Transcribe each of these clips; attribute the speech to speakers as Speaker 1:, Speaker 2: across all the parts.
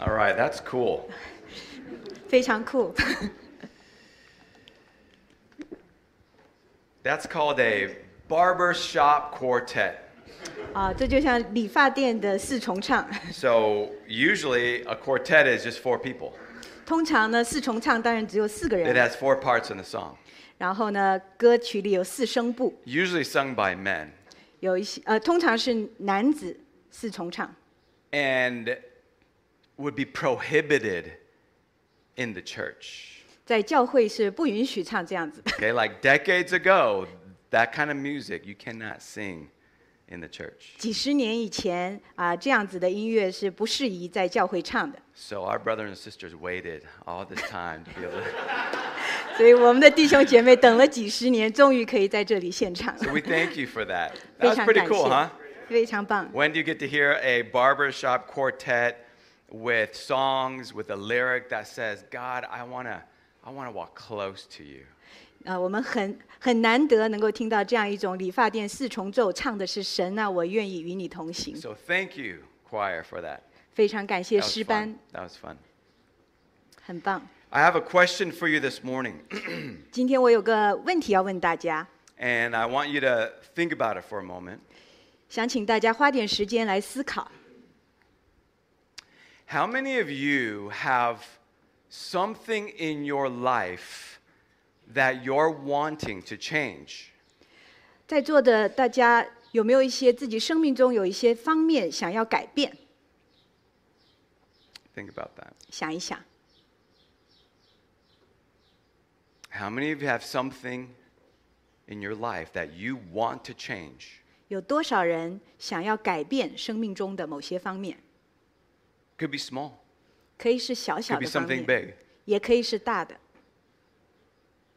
Speaker 1: All right, that's cool.
Speaker 2: 非常酷。
Speaker 1: That's called a barbershop quartet.
Speaker 2: 啊，这就像理发店的四重唱。
Speaker 1: So usually a quartet is just four people.
Speaker 2: 通常呢，四重唱当然只有四个
Speaker 1: It
Speaker 2: 人，
Speaker 1: has four parts in the song,
Speaker 2: 然后呢，歌曲里有四声部，
Speaker 1: usually sung by men.
Speaker 2: 有一些呃，通常是男子四重唱，
Speaker 1: and would be prohibited in the church.
Speaker 2: 在教会是不允许唱这样子。
Speaker 1: Okay, like decades ago, that kind of music you cannot sing in the church.
Speaker 2: 几十年以前啊、这样子的音乐是不适宜在教会唱的，
Speaker 1: So our brothers and sisters waited all this time to be able to.
Speaker 2: 所以我们的弟兄姐妹等了几十年，终于可以在这里献唱，
Speaker 1: So we thank you for that. That
Speaker 2: 非
Speaker 1: was
Speaker 2: 常
Speaker 1: pretty
Speaker 2: 感
Speaker 1: cool, huh?
Speaker 2: 谢，非常棒。
Speaker 1: When do you get to hear a barbershop quartet with songs with a lyric that says, "God, I wanna, I wanna walk close to you."
Speaker 2: 啊，我们很很难得能够听到这样一种理发店四重奏唱的是神啊，我愿意与你同行。
Speaker 1: So thank you, choir, for that.
Speaker 2: 非常感谢
Speaker 1: That was
Speaker 2: 诗
Speaker 1: fun.
Speaker 2: 班，
Speaker 1: That was fun.
Speaker 2: 很棒。
Speaker 1: I have a question for you this morning,
Speaker 2: 今天我有个问题要问大家，
Speaker 1: and I want you to think about it for a moment.
Speaker 2: 想请大家花点时间来思考。
Speaker 1: How many of you have something in your life that you're wanting to change?
Speaker 2: 在座的大家有没有一些自己生命中有一些方面想要改变？
Speaker 1: Think about that.
Speaker 2: 想一想，
Speaker 1: How many of you have something in your life that you want to change?
Speaker 2: 有多少人想要改变生命中的某些方面？
Speaker 1: Could be small,
Speaker 2: 可以是小小
Speaker 1: could be
Speaker 2: 的方
Speaker 1: something
Speaker 2: 面，
Speaker 1: big.
Speaker 2: 也可以是大的。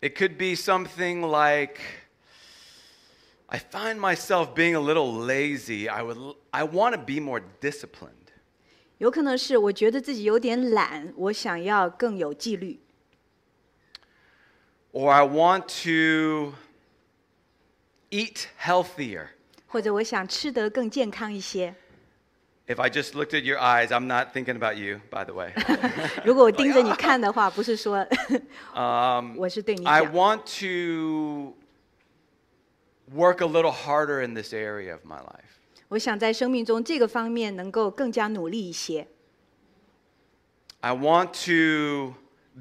Speaker 1: It could be something like I find myself being a little lazy. I would l- I want to be more disciplined.
Speaker 2: 有可能是我觉得自己有点懒，我想要更有纪律，
Speaker 1: or I want to eat healthier.
Speaker 2: 或者我想吃得更健康一些。
Speaker 1: If I just looked at your eyes, I'm not thinking about you, by the way.
Speaker 2: 如果我盯
Speaker 1: 哎
Speaker 2: 着你看的话，不是说
Speaker 1: Um,
Speaker 2: 我是对你
Speaker 1: I
Speaker 2: 讲，
Speaker 1: want to work a little harder in this area of my life.
Speaker 2: 我想在生命中这个方面能够更加努力一些。
Speaker 1: I want to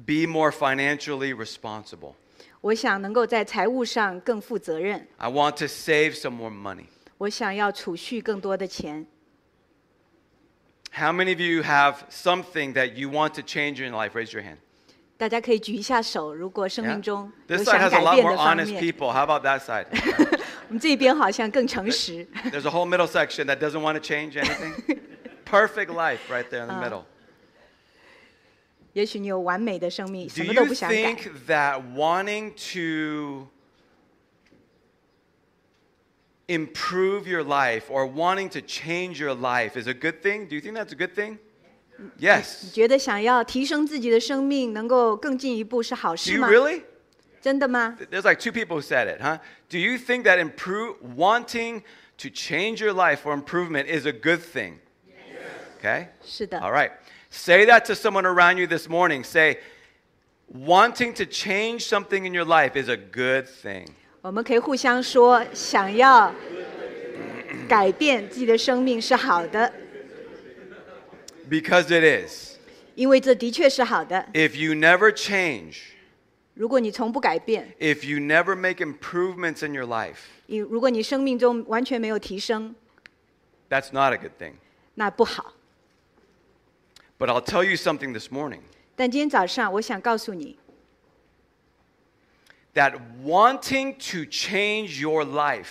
Speaker 1: be more financially responsible.
Speaker 2: 我想能够在财务上更负责任，
Speaker 1: I want to save some more money.
Speaker 2: 我想要储蓄更多的钱。
Speaker 1: How many of you have something that you want to change in your life? Raise your hand.
Speaker 2: 大家可以举一下手，如果生
Speaker 1: Yeah?
Speaker 2: 命中有
Speaker 1: 哎 This
Speaker 2: 想
Speaker 1: side
Speaker 2: 改
Speaker 1: has a lot
Speaker 2: 变
Speaker 1: more
Speaker 2: 的方
Speaker 1: honest
Speaker 2: 面，
Speaker 1: people. 哎 How about that side?
Speaker 2: 我们这边好像更诚实。
Speaker 1: There's a whole middle section that doesn't want to change anything. Perfect life right there in the middle.
Speaker 2: 也许你有完美的生命，什
Speaker 1: Do
Speaker 2: 么都
Speaker 1: you
Speaker 2: 不想改。
Speaker 1: think that wanting to improve your life or wanting to change your life is a good thing? Do you think that's a good thing?
Speaker 2: 你
Speaker 1: Yes.
Speaker 2: 觉得想要提升自己的生命，能够更进一步是好
Speaker 1: Do
Speaker 2: 事
Speaker 1: you
Speaker 2: 吗？
Speaker 1: really?
Speaker 2: 真的吗？
Speaker 1: There's like two people who said it, huh? Do you think that improve wanting to change your life for improvement is a good thing? Okay?
Speaker 2: 是的。
Speaker 1: All right. Say that to someone around you this morning. Say, wanting to change something in your life is a good thing.
Speaker 2: 我们可以互相说，想要改变自己的生命是好的，
Speaker 1: Because it is.
Speaker 2: 因为这的确是好的。
Speaker 1: If you never change,
Speaker 2: 如果你从不改变，
Speaker 1: if you never make improvements in your life,
Speaker 2: 你如果你生命中完全没有提升，
Speaker 1: that's not a good thing.
Speaker 2: 那不好。
Speaker 1: But I'll tell you something this morning
Speaker 2: 但今天早上，我想告诉你，
Speaker 1: that wanting to change your life,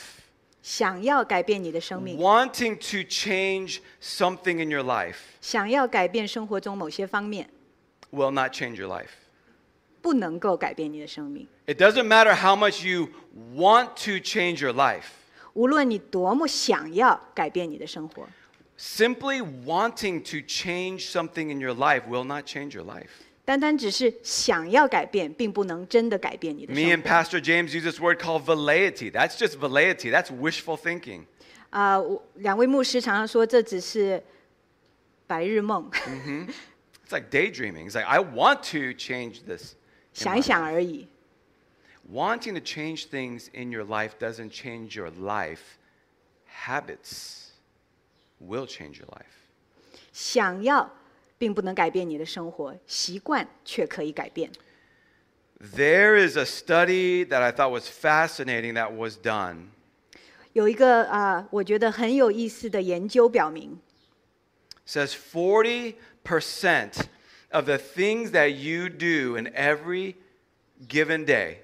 Speaker 2: 想要改变你的生命，
Speaker 1: wanting to change something in your life,
Speaker 2: 想要改变生活中某些方面，
Speaker 1: will not change your life.
Speaker 2: 不能够改变你的生命。
Speaker 1: It doesn't matter how much you want to change your life.
Speaker 2: 无论你多么想要改变你的生活，
Speaker 1: Simply wanting to change something in your life will not change your life.
Speaker 2: 单单只是想要改变，并不能真的改变你的
Speaker 1: Me
Speaker 2: 生
Speaker 1: and
Speaker 2: 活。
Speaker 1: Pastor James use this word called velleity. That's just velleity. That's wishful thinking. 嗯
Speaker 2: 啊、我两位牧师常常说这只是白日梦，
Speaker 1: It's like daydreaming. It's like, I want to change this. in
Speaker 2: 想
Speaker 1: my
Speaker 2: 一想而已。
Speaker 1: Wanting to change things in your life doesn't change your life. Habits will change your life.
Speaker 2: 想要并不能改变你的生活，习惯却可以改变。
Speaker 1: There is a study that I thought was fascinating that was done.
Speaker 2: 有一个啊、我觉得很有意思的研究表明，
Speaker 1: It says 40% of the things that you do in every given day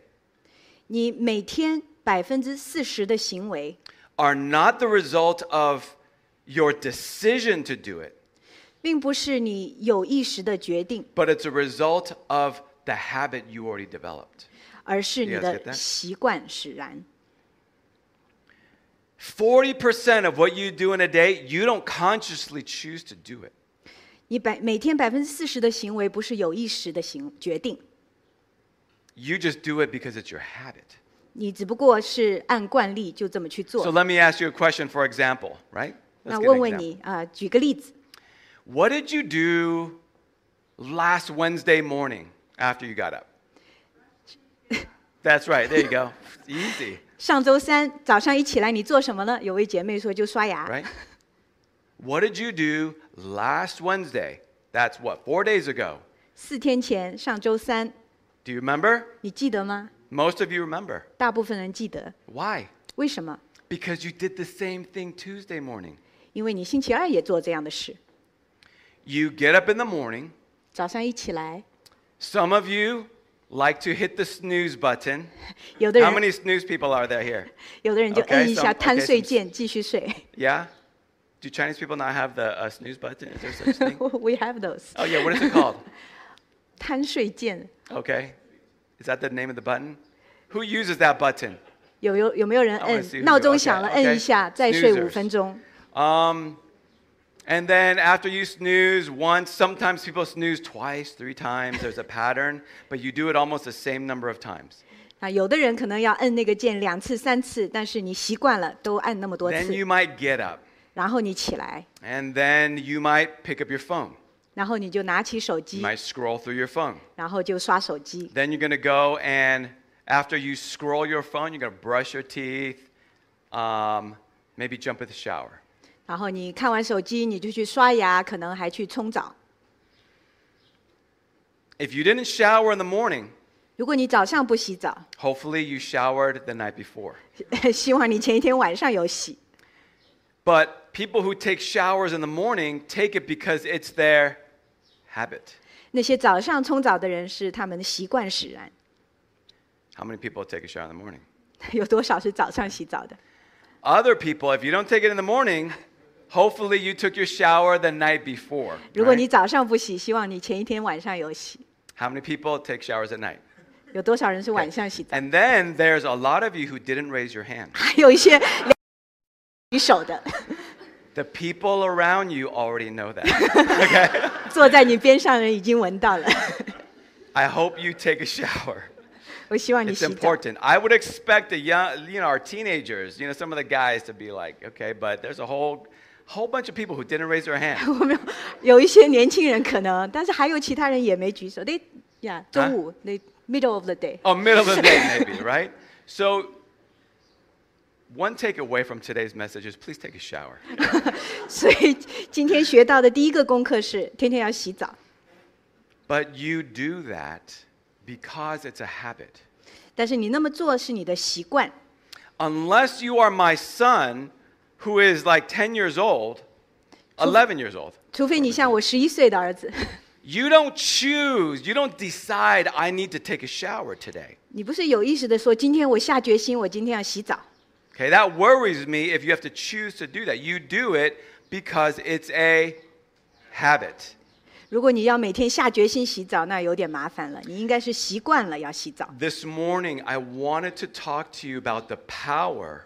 Speaker 2: 你每天百分之四十的行为
Speaker 1: are not the result of your decision to do it,
Speaker 2: 并不是你有意识的决定，
Speaker 1: but it's a result of the habit you already developed.
Speaker 2: 而是你
Speaker 1: Yes, get that.
Speaker 2: 的习惯使然。
Speaker 1: 40% of what you do in a day, you don't consciously choose to do it.
Speaker 2: 你百每天百分之四十的行为不是有意识的行决定，
Speaker 1: You just do it because it's your habit.
Speaker 2: 你只不过是按惯例就这么去
Speaker 1: So
Speaker 2: 做。
Speaker 1: let me ask you a question, for example, right?
Speaker 2: 那
Speaker 1: Let's get an
Speaker 2: 问问
Speaker 1: example.
Speaker 2: 你啊、举个例子，
Speaker 1: What did you do last Wednesday morning after you got up? That's right. There you go. It's easy,
Speaker 2: 上周三早上一起来你做什么呢？有位姐妹说就刷牙。
Speaker 1: right? What did you do last Wednesday? That's what, four days ago.
Speaker 2: 四天前上周三，
Speaker 1: Do you remember?
Speaker 2: 你记得吗？
Speaker 1: Most of you remember.
Speaker 2: 大部分人记得，
Speaker 1: Why?
Speaker 2: 为什么？
Speaker 1: Because you did the same thing Tuesday morning.
Speaker 2: 因为你星期二也做这样的事。
Speaker 1: You get up in the morning.
Speaker 2: 早上一起来，
Speaker 1: Some of you like to hit the snooze button.
Speaker 2: 有的
Speaker 1: How
Speaker 2: 人
Speaker 1: many snooze people are there here?
Speaker 2: 有的人就
Speaker 1: Okay,
Speaker 2: 摁一下
Speaker 1: some- okay,
Speaker 2: 贪睡
Speaker 1: some-
Speaker 2: 键，继 续睡。
Speaker 1: Yeah? Do Chinese people not have the uh, snooze button? Is there such thing?
Speaker 2: We have those
Speaker 1: Oh yeah, what is it called?
Speaker 2: 贪睡键。
Speaker 1: Okay. Is that the name of the button? Who uses that button?
Speaker 2: 有有有没有人
Speaker 1: I wanna see who
Speaker 2: 摁闹
Speaker 1: do-
Speaker 2: 钟
Speaker 1: okay,
Speaker 2: 响了，
Speaker 1: okay.
Speaker 2: 摁一下，再睡
Speaker 1: Snoozers.
Speaker 2: 五分钟。
Speaker 1: Um, and then after you snooze once, sometimes people snooze twice, three times. There's a pattern, but you do it almost the same number of times.
Speaker 2: 啊，有的人可能要摁那个键两次、三次，但是你习惯了都按那么多
Speaker 1: Then
Speaker 2: 次，
Speaker 1: you might get up,
Speaker 2: 然后你起来，
Speaker 1: and then you might pick up your phone.
Speaker 2: 然后你就拿起手
Speaker 1: You
Speaker 2: 机，
Speaker 1: might scroll through your phone.
Speaker 2: 然后就刷手机。
Speaker 1: Then you're gonna go and after you scroll your phone, you're gonna brush your teeth, um, maybe jump in the shower.
Speaker 2: 然后你看完手机，你就去刷牙，可能还去冲澡。
Speaker 1: If you didn't shower in the morning,
Speaker 2: 如果你早上不洗澡，
Speaker 1: hopefully you showered the night before.
Speaker 2: 希望你前一天晚上有洗。
Speaker 1: But people who take showers in the morning take it because it's their habit.
Speaker 2: 那些早上冲澡的人是他们的习惯使然。
Speaker 1: How many people take a shower in the morning?
Speaker 2: 有多少是早上洗澡的？
Speaker 1: Other people, if you don't take it in the morning, hopefully you took your shower the night before.
Speaker 2: 如果
Speaker 1: right?
Speaker 2: 你早上不洗，希望你前一天晚上有洗。
Speaker 1: How many people take showers at night?
Speaker 2: 有多少人是晚上洗澡？
Speaker 1: And then there's a lot of you who didn't raise your hand.
Speaker 2: 还 有一些连洗手的，
Speaker 1: The people around you already know that.
Speaker 2: 坐在你边上的人已经闻到了。
Speaker 1: I hope you take a shower.
Speaker 2: 我希望你
Speaker 1: It's
Speaker 2: 洗澡。
Speaker 1: important. I would expect the young, you know, our teenagers, you know, some of the guys to be like, okay, but there's a whole, whole bunch of people who didn't raise their hand.
Speaker 2: 我没有，有一些年轻人可能，但是还有其他人也没举手。They 呀、中午、they middle of the day。
Speaker 1: Oh, middle of the day, maybe, right? So, one takeaway from today's message is please take a shower.
Speaker 2: 所以今天学到的第一个功课是天天要洗澡，
Speaker 1: But you do that because it's a habit.
Speaker 2: 但是你那么做是你的习惯。
Speaker 1: Unless you are my son, who is like 10 years old, 11 years old,
Speaker 2: 除非你像我十一岁的儿子，
Speaker 1: you don't choose, you don't decide, I need to take a shower today.
Speaker 2: 你不是有意识的说今天我下决心，我今天要洗澡。
Speaker 1: Okay, that worries me if you have to choose to do that. You do it because it's a habit.
Speaker 2: 如果你要每天下决心洗澡，那有点麻烦了。你应该是习惯了要洗澡。
Speaker 1: This morning, I wanted to talk to you about the power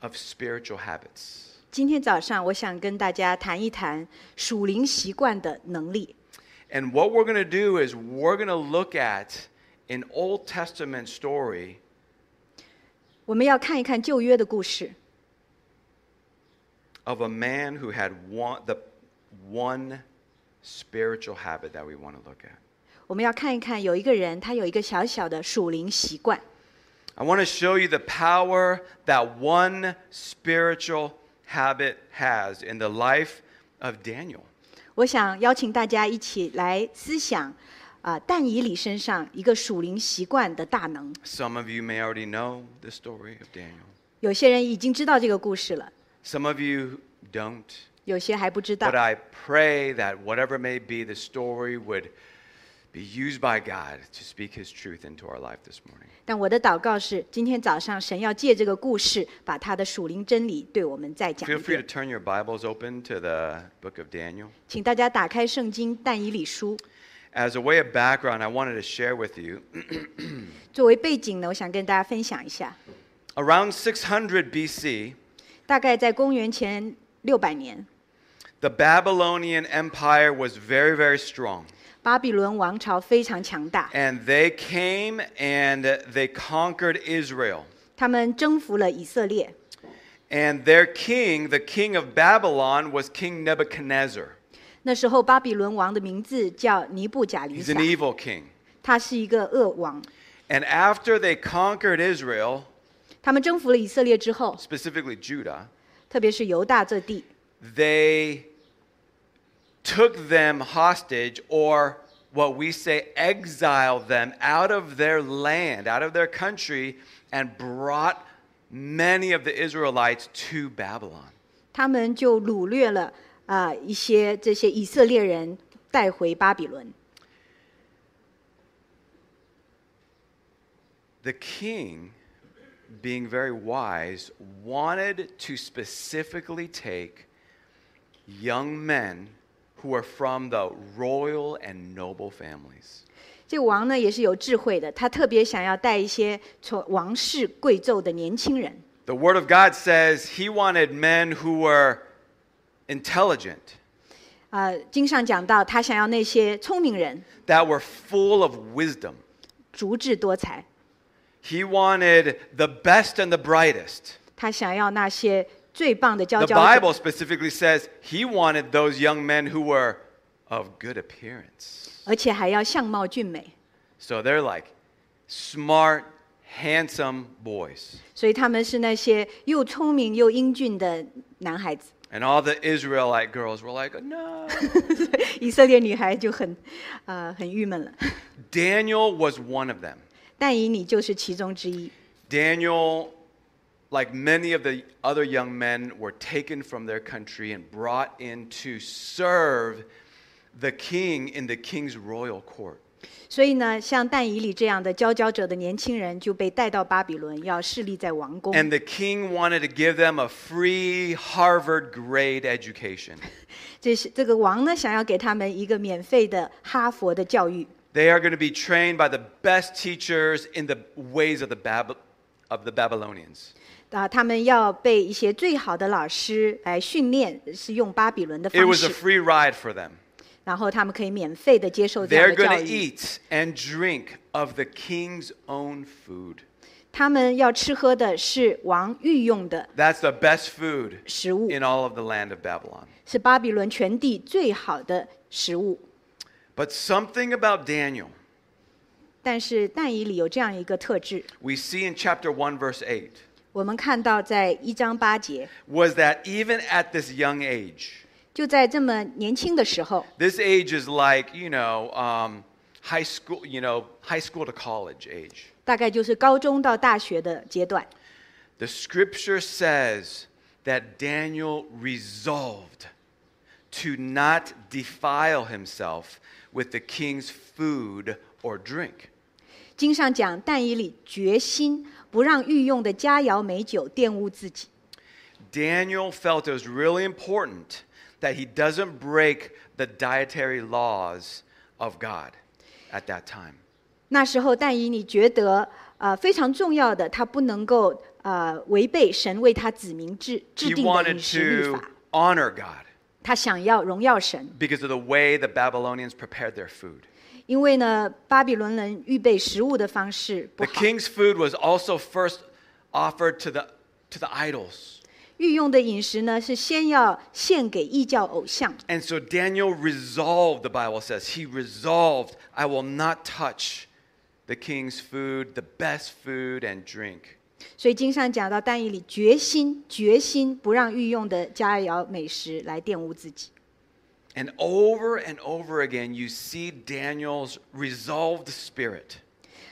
Speaker 1: of spiritual habits.
Speaker 2: 今天早上，我想跟大家谈一谈属灵习惯的能力。
Speaker 1: And what we're going to do is we're going to look at an Old Testament story
Speaker 2: 我们要看一看旧约的故事，
Speaker 1: of a man who had one, the one spiritual habit that we want to look at.
Speaker 2: 我们要看一看，有一个人他有一个小小的属灵习惯，
Speaker 1: I want to show you the power that one spiritual habit has in the life of Daniel.
Speaker 2: 我想邀请大家一起来思想，啊、但以理身上一个属灵习惯的大能。
Speaker 1: Some of you may already know the story of Daniel,
Speaker 2: 有些人已经知道这个故事了，
Speaker 1: some of you don't.
Speaker 2: 有些还不知道
Speaker 1: But。I pray that whatever may be, the story would be used by God to speak his truth into our life this morning.
Speaker 2: 但我的祷告是，今天早上神要借这个故事，把他的属灵真理对我们再讲
Speaker 1: Feel
Speaker 2: 一
Speaker 1: free to
Speaker 2: 遍。
Speaker 1: turn your Bibles open to the book of Daniel.
Speaker 2: 请大家打开圣经但以理书。
Speaker 1: As a way of background, I wanted to share with you
Speaker 2: 作为背景呢，我想跟大家分享一下，
Speaker 1: around 600 BC,
Speaker 2: 大概在公元前六百年，
Speaker 1: the Babylonian Empire was very, very strong.
Speaker 2: 巴比伦王朝非常强大，
Speaker 1: And they came and they conquered Israel.
Speaker 2: 他们征服了以色列。
Speaker 1: And their king, the king of Babylon, was King Nebuchadnezzar.
Speaker 2: 那时候巴比伦王的名字叫尼布甲尼
Speaker 1: He's
Speaker 2: 撒
Speaker 1: an，evil king.
Speaker 2: 他是一个恶王。
Speaker 1: And after they conquered Israel,
Speaker 2: 他们征服了以色列之后，
Speaker 1: specifically Judah,
Speaker 2: 特别是犹大这地，
Speaker 1: they took them hostage or what we say exiled them out of their land, out of their country, and brought many of the Israelites to Babylon.
Speaker 2: 他们就掳掠了啊、呃一些这些以色列人带回巴比伦。
Speaker 1: The king, being very wise, wanted to specifically take young men who were from the royal and noble families.
Speaker 2: 这个王呢也是有智慧的，他特别想要带一些从王室贵胄的年轻人。
Speaker 1: The word of God says he wanted men who were intelligent,
Speaker 2: 啊，经上讲到，他想要那些聪明人、
Speaker 1: that were full of wisdom.
Speaker 2: 足智多才，
Speaker 1: He wanted the best and the brightest.
Speaker 2: 他想要那些最棒的佼
Speaker 1: The
Speaker 2: 佼者
Speaker 1: Bible。specifically says he wanted those young men who were of good appearance.
Speaker 2: 而且还要相貌俊美，
Speaker 1: So they're like smart, handsome boys.
Speaker 2: 所以他们是那些又聪明又英俊的男孩子。
Speaker 1: And all the Israelite girls were like, no.
Speaker 2: 以色列女孩就很，呃，很郁闷了。
Speaker 1: Daniel was one of them.
Speaker 2: 但以你就是其中之一。
Speaker 1: Daniel, like many of the other young men, were taken from their country and brought in to serve the king in the king's royal court.
Speaker 2: 所以呢，像但以理这样的佼佼者的年轻人就被带到巴比伦，要势立在王宫。
Speaker 1: And the king wanted to give them a free Harvard grade education.
Speaker 2: 这是这个王呢，想要给他们一个免费的哈佛的教育，
Speaker 1: They are going to be trained by the best teachers in the ways of the, Bab- of the Babylonians.
Speaker 2: 啊，他们要被一些最好的老师来训练，是用巴比伦的
Speaker 1: It
Speaker 2: 方
Speaker 1: was a
Speaker 2: 式，
Speaker 1: free ride for them.
Speaker 2: 然后他们可以免费的接受这样
Speaker 1: They're
Speaker 2: 的教
Speaker 1: going to
Speaker 2: 育。
Speaker 1: eat and drink of the king's own food.
Speaker 2: 他们要吃喝的是王御用的
Speaker 1: That's the best food
Speaker 2: 食物，
Speaker 1: in all of the land of Babylon.
Speaker 2: 是巴比伦全地最好的食物。
Speaker 1: But something about Daniel,
Speaker 2: 但是但以理有这样一个特质，
Speaker 1: we see in chapter 1, verse 8,
Speaker 2: 我们看到在一章八节，
Speaker 1: was that even at this young age,
Speaker 2: 就在这么年轻的时候，
Speaker 1: this age is like, you know, um, high school, you know, high school to college age.
Speaker 2: 大概就是高中到大学的阶段，
Speaker 1: The scripture says that Daniel resolved to not defile himself with the king's food or drink.
Speaker 2: 经上讲但以理决心不让御用的佳肴美酒玷污自己。
Speaker 1: Daniel felt it was really important that he doesn't break the dietary laws of God at that time.
Speaker 2: 那时候但以理觉得，呃，非常重要的，他不能够呃违背神为他子民制制
Speaker 1: He
Speaker 2: 定的
Speaker 1: wanted
Speaker 2: 饮食律
Speaker 1: to
Speaker 2: 法，
Speaker 1: honor God
Speaker 2: 他想要荣耀神，
Speaker 1: because of the way the Babylonians prepared their food.
Speaker 2: 因为呢，巴比伦人预备食物的方式不
Speaker 1: The
Speaker 2: 好，
Speaker 1: king's food was also first offered to the, to the idols.
Speaker 2: 御用的饮食呢，是先要献给异教偶像。
Speaker 1: And so Daniel resolved, the Bible says, he resolved, I will not touch the king's food, the best food and drink.
Speaker 2: 所以经上讲到但以理决心决心不让御用的佳肴美食来玷污自己。
Speaker 1: And over and over again, you see Daniel's resolved spirit.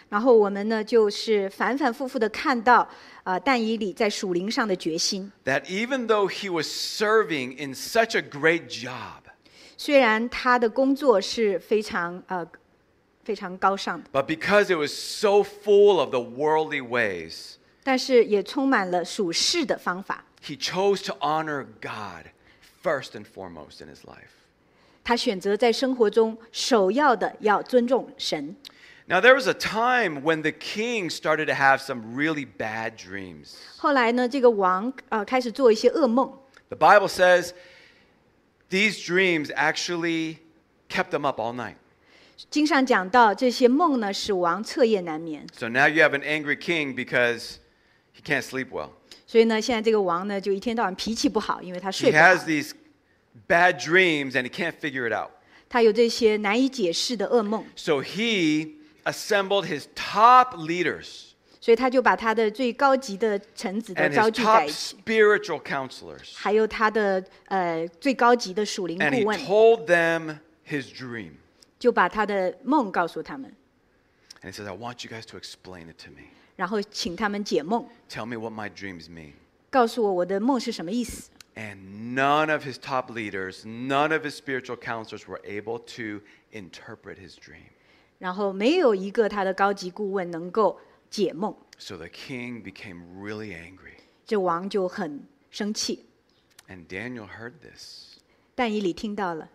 Speaker 2: 然后我们呢，就是反反复复的看到啊、呃但以理在属灵上的决心。
Speaker 1: That even though he was serving in such a great job,
Speaker 2: 虽然他的工作是非常呃非常高尚的，
Speaker 1: but because it was so full of the worldly ways,
Speaker 2: 但是也充满了属世的方法。
Speaker 1: he chose to honor God first and foremost in his life.
Speaker 2: 他选择在生活中首要的要尊重神。
Speaker 1: Now, there was a time when the king started to have some really bad dreams.
Speaker 2: 后来呢，这个王呃开始做一些噩梦，
Speaker 1: The Bible says these dreams actually kept him up all night.
Speaker 2: 经上讲到这些梦呢使王彻夜难眠，
Speaker 1: So now you have an angry king because he can't sleep well.
Speaker 2: 所以呢，现在这个王呢就一天到晚脾气不好，因为他
Speaker 1: He
Speaker 2: 睡不好，
Speaker 1: has these bad dreams and he can't figure it out.
Speaker 2: 他有这些难以解释的噩梦，
Speaker 1: So he assembled his top leaders
Speaker 2: 所以他就把他的最高级的臣子都
Speaker 1: and
Speaker 2: 招
Speaker 1: his
Speaker 2: 聚在
Speaker 1: top
Speaker 2: 一起，
Speaker 1: spiritual counselors
Speaker 2: 还有他的呃最高级的属灵
Speaker 1: and
Speaker 2: 顾
Speaker 1: he
Speaker 2: 问，
Speaker 1: told them his dream.
Speaker 2: 就把他的梦告诉他们，
Speaker 1: And he says, I want you guys to explain it to me.
Speaker 2: 然后请他们解梦，
Speaker 1: Tell me what my dreams mean.
Speaker 2: 告诉我我的梦是什么意思。
Speaker 1: And none of his top leaders, none of his spiritual counselors were able to interpret his dream.
Speaker 2: 然后没有一个他的高级顾问能够解梦，
Speaker 1: So the king became really angry.
Speaker 2: 这王就很生气。
Speaker 1: And Daniel heard this.
Speaker 2: 但以理听到了，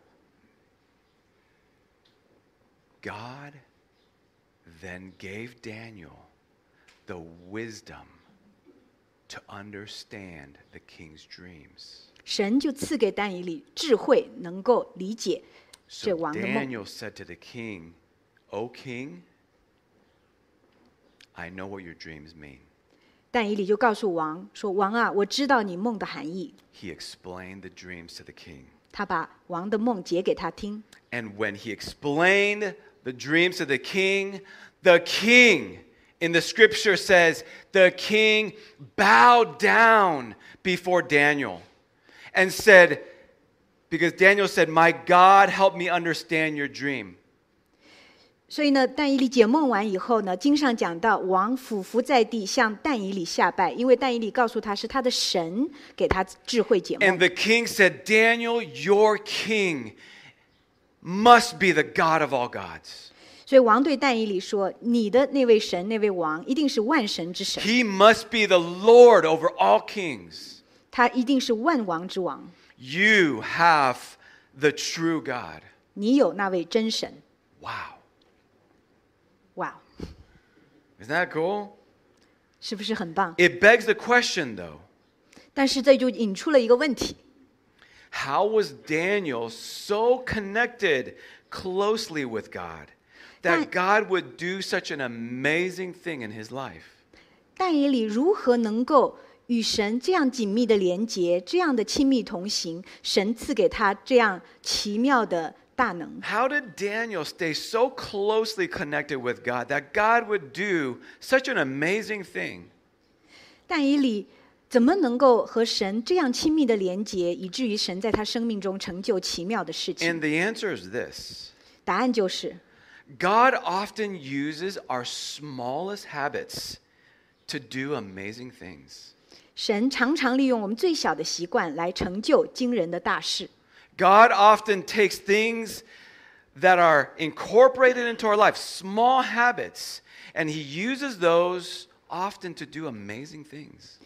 Speaker 1: God then gave Daniel the wisdom to understand the king's dreams.
Speaker 2: 神就赐给但以理智慧，能够理解这
Speaker 1: So
Speaker 2: 王的梦。
Speaker 1: Daniel said to the king, O king, I know what your dreams mean.
Speaker 2: 但以理就告诉王说：“王啊，我知道你梦的含义。
Speaker 1: He explained the dreams to the king. ”
Speaker 2: 他把王的梦解给他听。
Speaker 1: And when he explained the dreams to the king, the king in the scripture says, the king bowed down before Daniel and said, because Daniel said, My God, help me understand your dream.
Speaker 2: 所以呢，但以理解梦完以后呢，经上讲到王俯伏在地向但以理下拜，因为但以理告诉他是他的神给他智慧解
Speaker 1: And
Speaker 2: 梦。
Speaker 1: the king said, Daniel, your king must be the God of all gods.
Speaker 2: 所以王对但以理说：“你的那位神，那位王，一定是万神之神，
Speaker 1: He must be the Lord over all kings.
Speaker 2: 他一定是万王之王。
Speaker 1: You have the true God.
Speaker 2: 你有那位真神。
Speaker 1: Wow. ”
Speaker 2: 哇，
Speaker 1: Isn't that cool?
Speaker 2: 是不是很棒？
Speaker 1: It begs the question, though
Speaker 2: 但是这就引出了一个问题：
Speaker 1: how was Daniel so connected closely with God that
Speaker 2: But-
Speaker 1: God would do such an amazing thing in his life?
Speaker 2: 但以理如何能够与神这样紧密的连结，这样的亲密同行？神赐给他这样奇妙的大能，
Speaker 1: How did Daniel stay so closely connected with God that God would do such an amazing thing?
Speaker 2: 但以理怎么能够和神这样亲密的连结，以至于神在他生命中成就奇妙的事情
Speaker 1: And？the answer is this
Speaker 2: 答案就是，
Speaker 1: God often uses our smallest habits to do amazing things.
Speaker 2: 神常常利用我们最小的习惯来成就惊人的大事。
Speaker 1: God often takes things that are incorporated into our life, small habits, and He uses those often to do amazing things.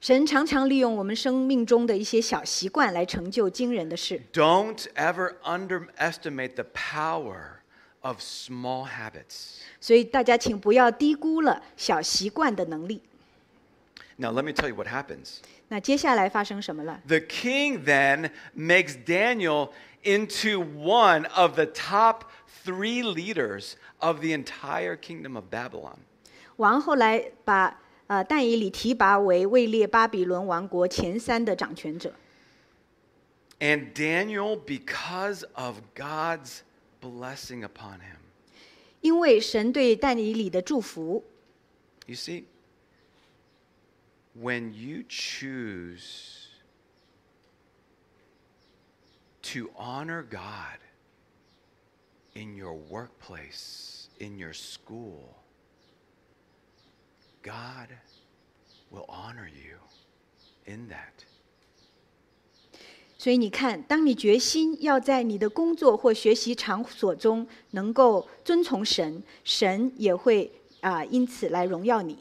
Speaker 2: 神常常利用我们生命中的一些小习惯来成就惊人的事。
Speaker 1: Don't ever underestimate the power of small habits.
Speaker 2: 所以大家请不要低估了小习惯的能力。
Speaker 1: Now, let me tell you what happens.
Speaker 2: 那接下来发生什么了？
Speaker 1: The king then makes Daniel into one of the top three leaders of the entire kingdom of Babylon.
Speaker 2: 王后来把呃，但以理提拔为位列巴比伦王国前三的掌权者。
Speaker 1: And Daniel, because of God's blessing upon him,
Speaker 2: 因为神对但以理的祝福，
Speaker 1: you see, when you choose to honor God in your workplace, in your school, God will honor you in that.
Speaker 2: 所以你看，当你决心要在你的工作或学习场所中能够遵从神，神也会啊、因此来荣耀你。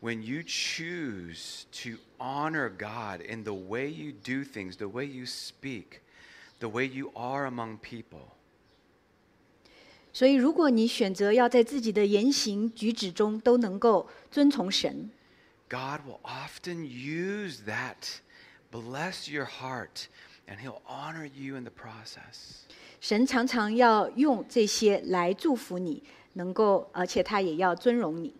Speaker 1: when you choose to honor God in the way you do things, the way you speak, the way you are among people,
Speaker 2: 所以，如果你选择要在自己的言行举止中都能够遵从神，
Speaker 1: God will often use that, bless your heart, and He'll honor you in the process.
Speaker 2: 神常常要用这些来祝福你，能够，而且他也要尊荣你。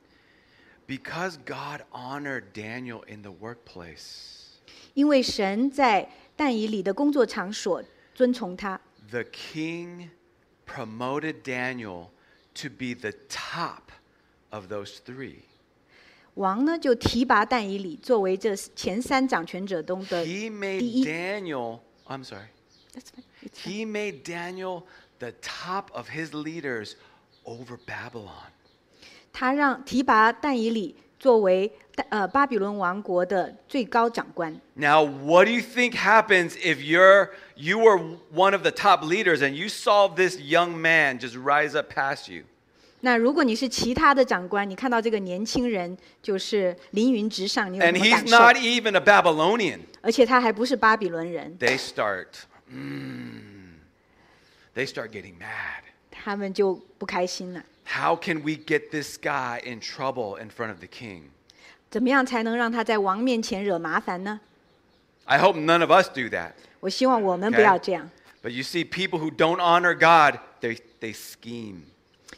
Speaker 1: Because God honored Daniel in the workplace,
Speaker 2: 因为神在但以理的工作场所遵从他，
Speaker 1: the king promoted Daniel to be the top of those three.
Speaker 2: 王呢就提拔但以理作为这前三掌权者中的
Speaker 1: He
Speaker 2: 第
Speaker 1: made
Speaker 2: 一。
Speaker 1: Daniel, I'm sorry. He made Daniel the top of his leaders over Babylon.
Speaker 2: 他让提拔但以理作为大呃巴比伦王国的最高长官。
Speaker 1: Now, what do you think happens if you're you were one of the top leaders and you saw this young man just rise up past you?
Speaker 2: 那如果你是其他的长官，你看到这个年轻人就是凌云直上，你有什
Speaker 1: And
Speaker 2: 么
Speaker 1: he's
Speaker 2: 感
Speaker 1: not e-
Speaker 2: 受？
Speaker 1: even a Babylonian.
Speaker 2: 而且他还不是巴比伦人，
Speaker 1: They start mm, they start getting mad.
Speaker 2: 他们就不开心了。
Speaker 1: How can we get this guy in trouble in front of the king?
Speaker 2: 怎么样才能让他在王面前惹麻烦呢？
Speaker 1: I hope none of us do that.
Speaker 2: 我希望我们
Speaker 1: Okay.
Speaker 2: 不要这样。
Speaker 1: But you see, people who don't honor God, they, they scheme.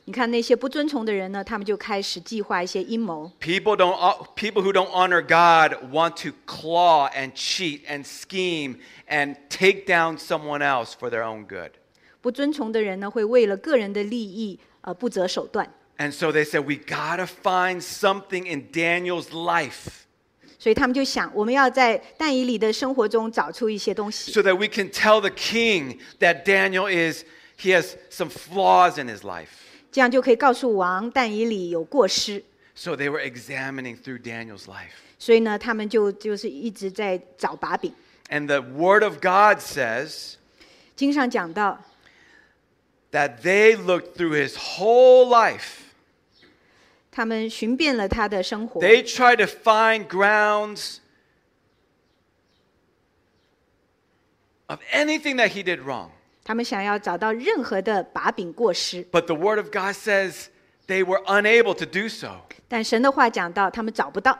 Speaker 2: 你看那些不遵从的人呢，他们就开始计划一些阴谋。
Speaker 1: People, don't, uh, people who don't honor God want to claw and cheat and scheme and take down someone else for their own good.
Speaker 2: 不遵从的人呢，会为了个人的利益呃不择手段。
Speaker 1: And so they said, We gotta find something in Daniel's life
Speaker 2: 所以他们就想，我们要在但以理的生活中找出一些东西，
Speaker 1: so that we can tell the king that Daniel is, he has some flaws in his life.
Speaker 2: 这样就可以告诉王但以理有过失。
Speaker 1: So they were examining through Daniel's life.
Speaker 2: 所以呢，他们就就是一直在找把柄。
Speaker 1: And the word of God says,
Speaker 2: 经上讲到，
Speaker 1: that they looked through his whole life.
Speaker 2: 他们寻遍了他的生活，
Speaker 1: They tried to find grounds of anything that he did wrong.
Speaker 2: 他们想要找到任何的把柄过失，
Speaker 1: But the word of God says they were unable to do so.
Speaker 2: 但神的话讲到，他们找不到。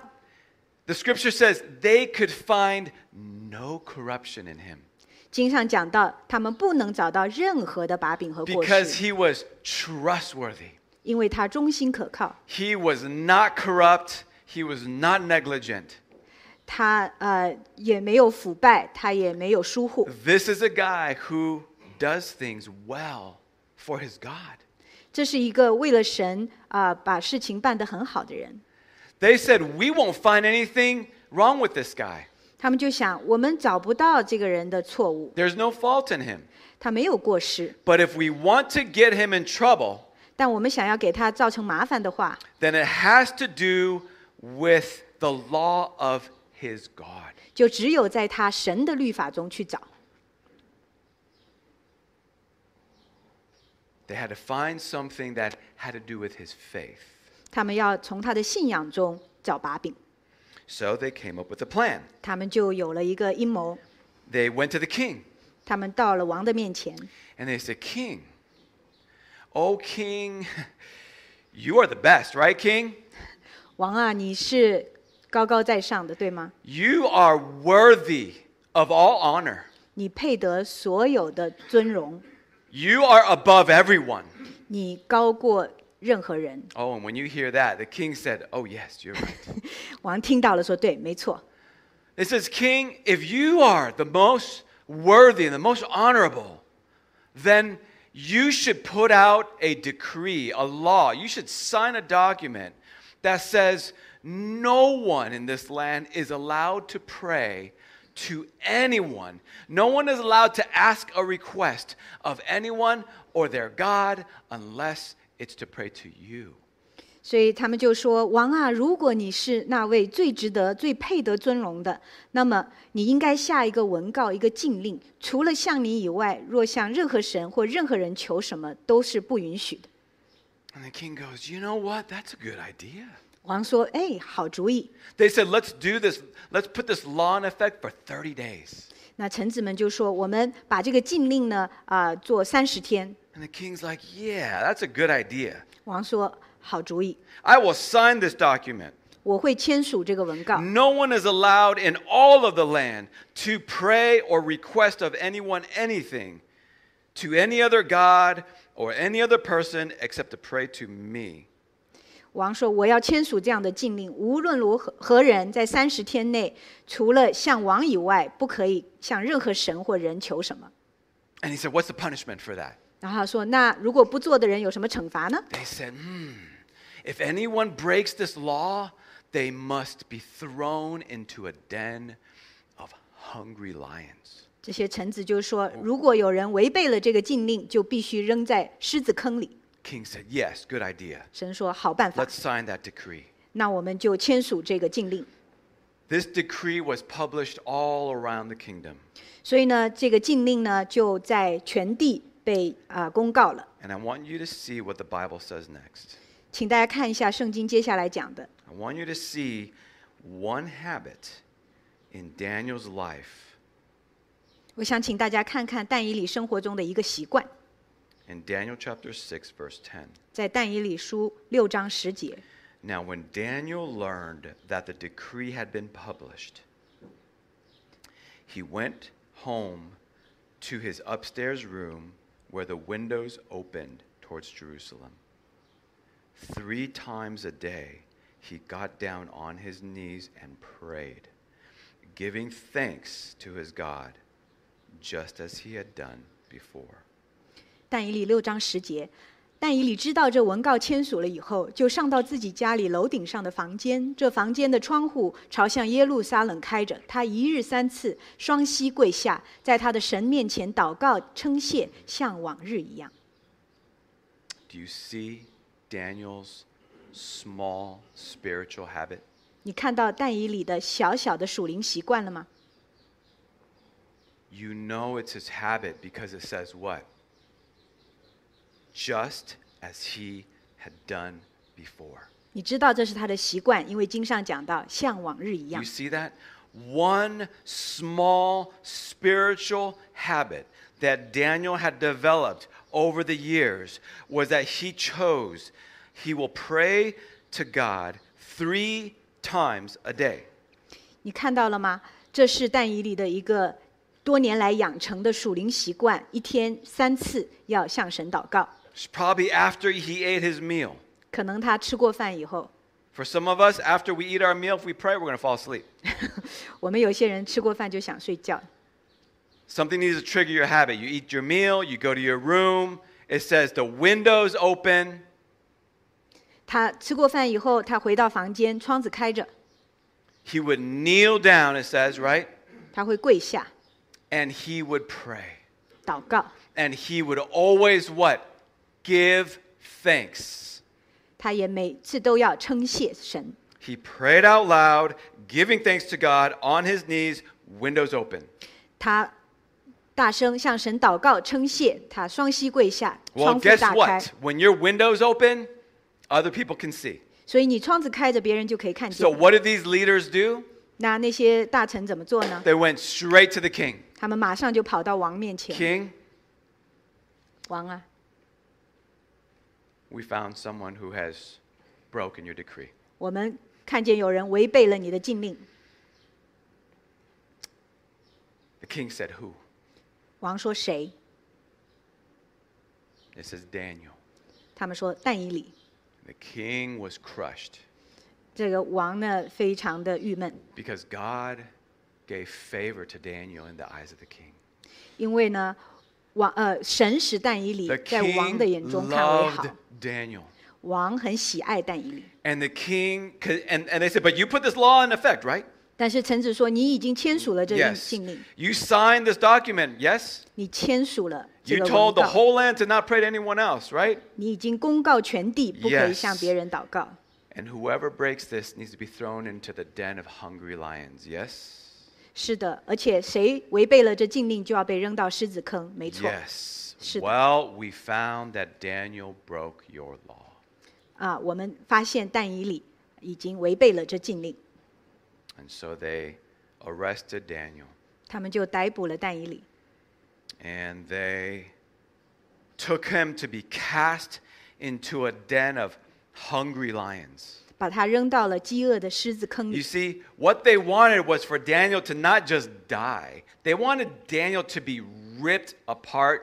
Speaker 1: The scripture says they could find no corruption in him
Speaker 2: 经上讲到，他们不能找到任何的把柄和过
Speaker 1: because
Speaker 2: 失，
Speaker 1: he was trustworthy.
Speaker 2: 因为他忠心可靠，
Speaker 1: He was not corrupt, he was not negligent.
Speaker 2: 他呃也没有腐败，他也没有疏忽。
Speaker 1: This is a guy who does things well for his God.
Speaker 2: 这是一个为了神啊、把事情办得很好的人。
Speaker 1: They said, We won't find anything wrong with this guy.
Speaker 2: 他们就想，我们找不到这个人的错误，
Speaker 1: There's no fault in him.
Speaker 2: 他没有过失，
Speaker 1: But if we want to get him in trouble,
Speaker 2: 但我们想要给他造成麻烦的话，
Speaker 1: then it has to do with the law of his God.
Speaker 2: 就只有在他神的律法中去找。
Speaker 1: They had to find something that had to do with his faith.
Speaker 2: 他们要从他的信仰中找把柄，
Speaker 1: So they came up with a plan.
Speaker 2: 他们就有了一个阴谋。
Speaker 1: They went to the king
Speaker 2: 他们到了王的面前，
Speaker 1: and they said, King, oh, king, you are the best, right, king?
Speaker 2: 王啊，你是高高在上的，对吗？
Speaker 1: You are worthy of all honor.
Speaker 2: 你配得所有的尊荣，
Speaker 1: You are above everyone.
Speaker 2: 你高过任何人。
Speaker 1: Oh, and when you hear that, the king said, Oh, yes, you're right.
Speaker 2: 王听到了，说：“对，没错。
Speaker 1: It says, King, if you are the most worthy and the most honorable, then you should put out a decree, a law. You should sign a document that says no one in this land is allowed to pray to anyone. No one is allowed to ask a request of anyone or their God unless it's to pray to you. ”
Speaker 2: 所以他们就说：“王啊，如果你是那位最值得、最配得尊荣的，那么你应该下一个文告，一个禁令，除了向你以外，若向任何神或任何人求什么，都是不允许的。
Speaker 1: And the king goes, You know what? That's a good idea. ”
Speaker 2: 王说：“哎，好主意。
Speaker 1: They said, Let's do this. Let's put this law in effect for 30 days. ”
Speaker 2: 那臣子们就说：“我们把这个禁令呢，啊、做三十天。
Speaker 1: And the king's like, Yeah, that's a good idea. ”
Speaker 2: 王说：“好主意，
Speaker 1: I will sign this document.
Speaker 2: 我会签署这个文告。
Speaker 1: No one is allowed in all of the land to pray or request of anyone anything to any other God or any other person except to pray to me.
Speaker 2: 王说：“我要签署这样的禁令，无论如何何人，在三十天内，除了向王以外，不可以向任何神或人求什么。
Speaker 1: And he said, What's the punishment for that? ”
Speaker 2: 然后他说：“那如果不做的人有什么惩罚呢
Speaker 1: They said, Hmm, if anyone breaks this law, they must be thrown into a den of hungry lions.？”
Speaker 2: 这些臣子就说：“如果有人违背了这个禁令，就必须扔在狮子坑里。
Speaker 1: King said, Yes, good idea. ”
Speaker 2: 神说：“好办法
Speaker 1: Let's，sign that decree.
Speaker 2: 那我们就签署这个禁令。
Speaker 1: This decree was published all around the kingdom. ”
Speaker 2: 所以呢，这个禁令呢就在全地被啊、公告了。
Speaker 1: And I want you to see what the Bible says next.
Speaker 2: 请大家看一下圣经接下来讲的。
Speaker 1: I want you to see one habit in Daniel's life,
Speaker 2: 我想请大家看看但以理生活中的一个习惯。
Speaker 1: in Daniel chapter 6, verse 10.
Speaker 2: 在但以理书六章十节。
Speaker 1: Now, when Daniel learned that the decree had been published, he went home to his upstairs room where the windows opened towards Jerusalem. Three times a day, he got down on his knees and prayed, giving thanks to his God, just as he had done before.
Speaker 2: 但以理六章十节，但以理知道这文告签署了以后，就上到自己家里楼顶上的房间，这房间的窗户朝向耶路撒冷开着。他一日三次双膝跪下，在他的神面前祷告称谢，像往日一样。
Speaker 1: Do you see Daniel's small spiritual habit?
Speaker 2: 你看到但以理的小小的属灵习惯了吗？
Speaker 1: You know it's his habit because it says what? Just as he had done before.
Speaker 2: 你知道这是他的习惯，因为经上讲到像往日一样
Speaker 1: You。see that? One small spiritual habit that Daniel had developed over the years was that he chose, he will pray to God three times a day.
Speaker 2: 你看到了吗？这是但以理的一个多年来养成的属灵习惯，一天三次要向神祷告。
Speaker 1: It's probably after he ate his meal.
Speaker 2: 可能他吃过饭以后，
Speaker 1: For some of us, after we eat our meal, if we pray, we're going to fall asleep.
Speaker 2: 我们有些人吃过饭就想睡觉。
Speaker 1: Something needs to trigger your habit. You eat your meal, you go to your room. It says the windows open.
Speaker 2: 他吃过饭以后，他回到房间，窗子开着，
Speaker 1: He would kneel down, it says, right?
Speaker 2: 他会跪下
Speaker 1: And he would pray.
Speaker 2: 祷告。
Speaker 1: And he would always what? Give thanks.
Speaker 2: 他也每次都要称谢神。
Speaker 1: He prayed out loud, giving thanks to God on his knees, windows open.
Speaker 2: 他大声向神祷告称谢，他双膝跪下，
Speaker 1: Well,
Speaker 2: 窗户
Speaker 1: guess
Speaker 2: 大开
Speaker 1: what?。When your windows open, other people can see.
Speaker 2: 所以你窗子开着，别人就可以看
Speaker 1: So
Speaker 2: 见。
Speaker 1: what did these leaders do?
Speaker 2: 那那些大臣怎么做呢？
Speaker 1: They went straight to the king.
Speaker 2: 他们马上就跑到王面前。
Speaker 1: King,
Speaker 2: 王啊，
Speaker 1: we found someone who has broken your decree.
Speaker 2: 我们看见有人违背了你的禁令。
Speaker 1: The king said, Who?
Speaker 2: 王说谁？
Speaker 1: It says Daniel.
Speaker 2: 他们说但以理。
Speaker 1: The king was crushed
Speaker 2: 这个王呢，非常的郁闷，
Speaker 1: because God gave favor to Daniel in the eyes of the king.
Speaker 2: 因为呢，王呃，神使但以理
Speaker 1: The
Speaker 2: 在王的眼
Speaker 1: king
Speaker 2: 中看为
Speaker 1: loved
Speaker 2: 好，
Speaker 1: Daniel.
Speaker 2: 王很喜爱但以理。
Speaker 1: And the king, 'cause- and, and they said, but you put this law in effect, right?
Speaker 2: 但是臣子说，你已经签署了这个
Speaker 1: Yes.
Speaker 2: 禁令，
Speaker 1: You signed this document, yes?
Speaker 2: 你签署了这
Speaker 1: You
Speaker 2: 个
Speaker 1: told
Speaker 2: 公
Speaker 1: the
Speaker 2: 告，
Speaker 1: whole land to not pray to anyone else, right?
Speaker 2: 你已经公告全地，不可
Speaker 1: Yes.
Speaker 2: 以向别人祷告。
Speaker 1: And whoever breaks this needs to be thrown into the den of hungry lions, yes?
Speaker 2: 是的，而且谁违背了这禁令，就要被扔到狮子坑。没错，
Speaker 1: Yes.
Speaker 2: 是的。
Speaker 1: Well, we found that Daniel broke your law.
Speaker 2: 啊，我们发现但以理已经违背了这禁令，
Speaker 1: And so they arrested Daniel
Speaker 2: 他们就逮捕了但以理，
Speaker 1: and they took him to be cast into a den of hungry lions.
Speaker 2: 把他扔到了饥饿的狮子坑
Speaker 1: You
Speaker 2: 里。
Speaker 1: see, what they wanted was for Daniel to not just die, they wanted Daniel to be ripped apart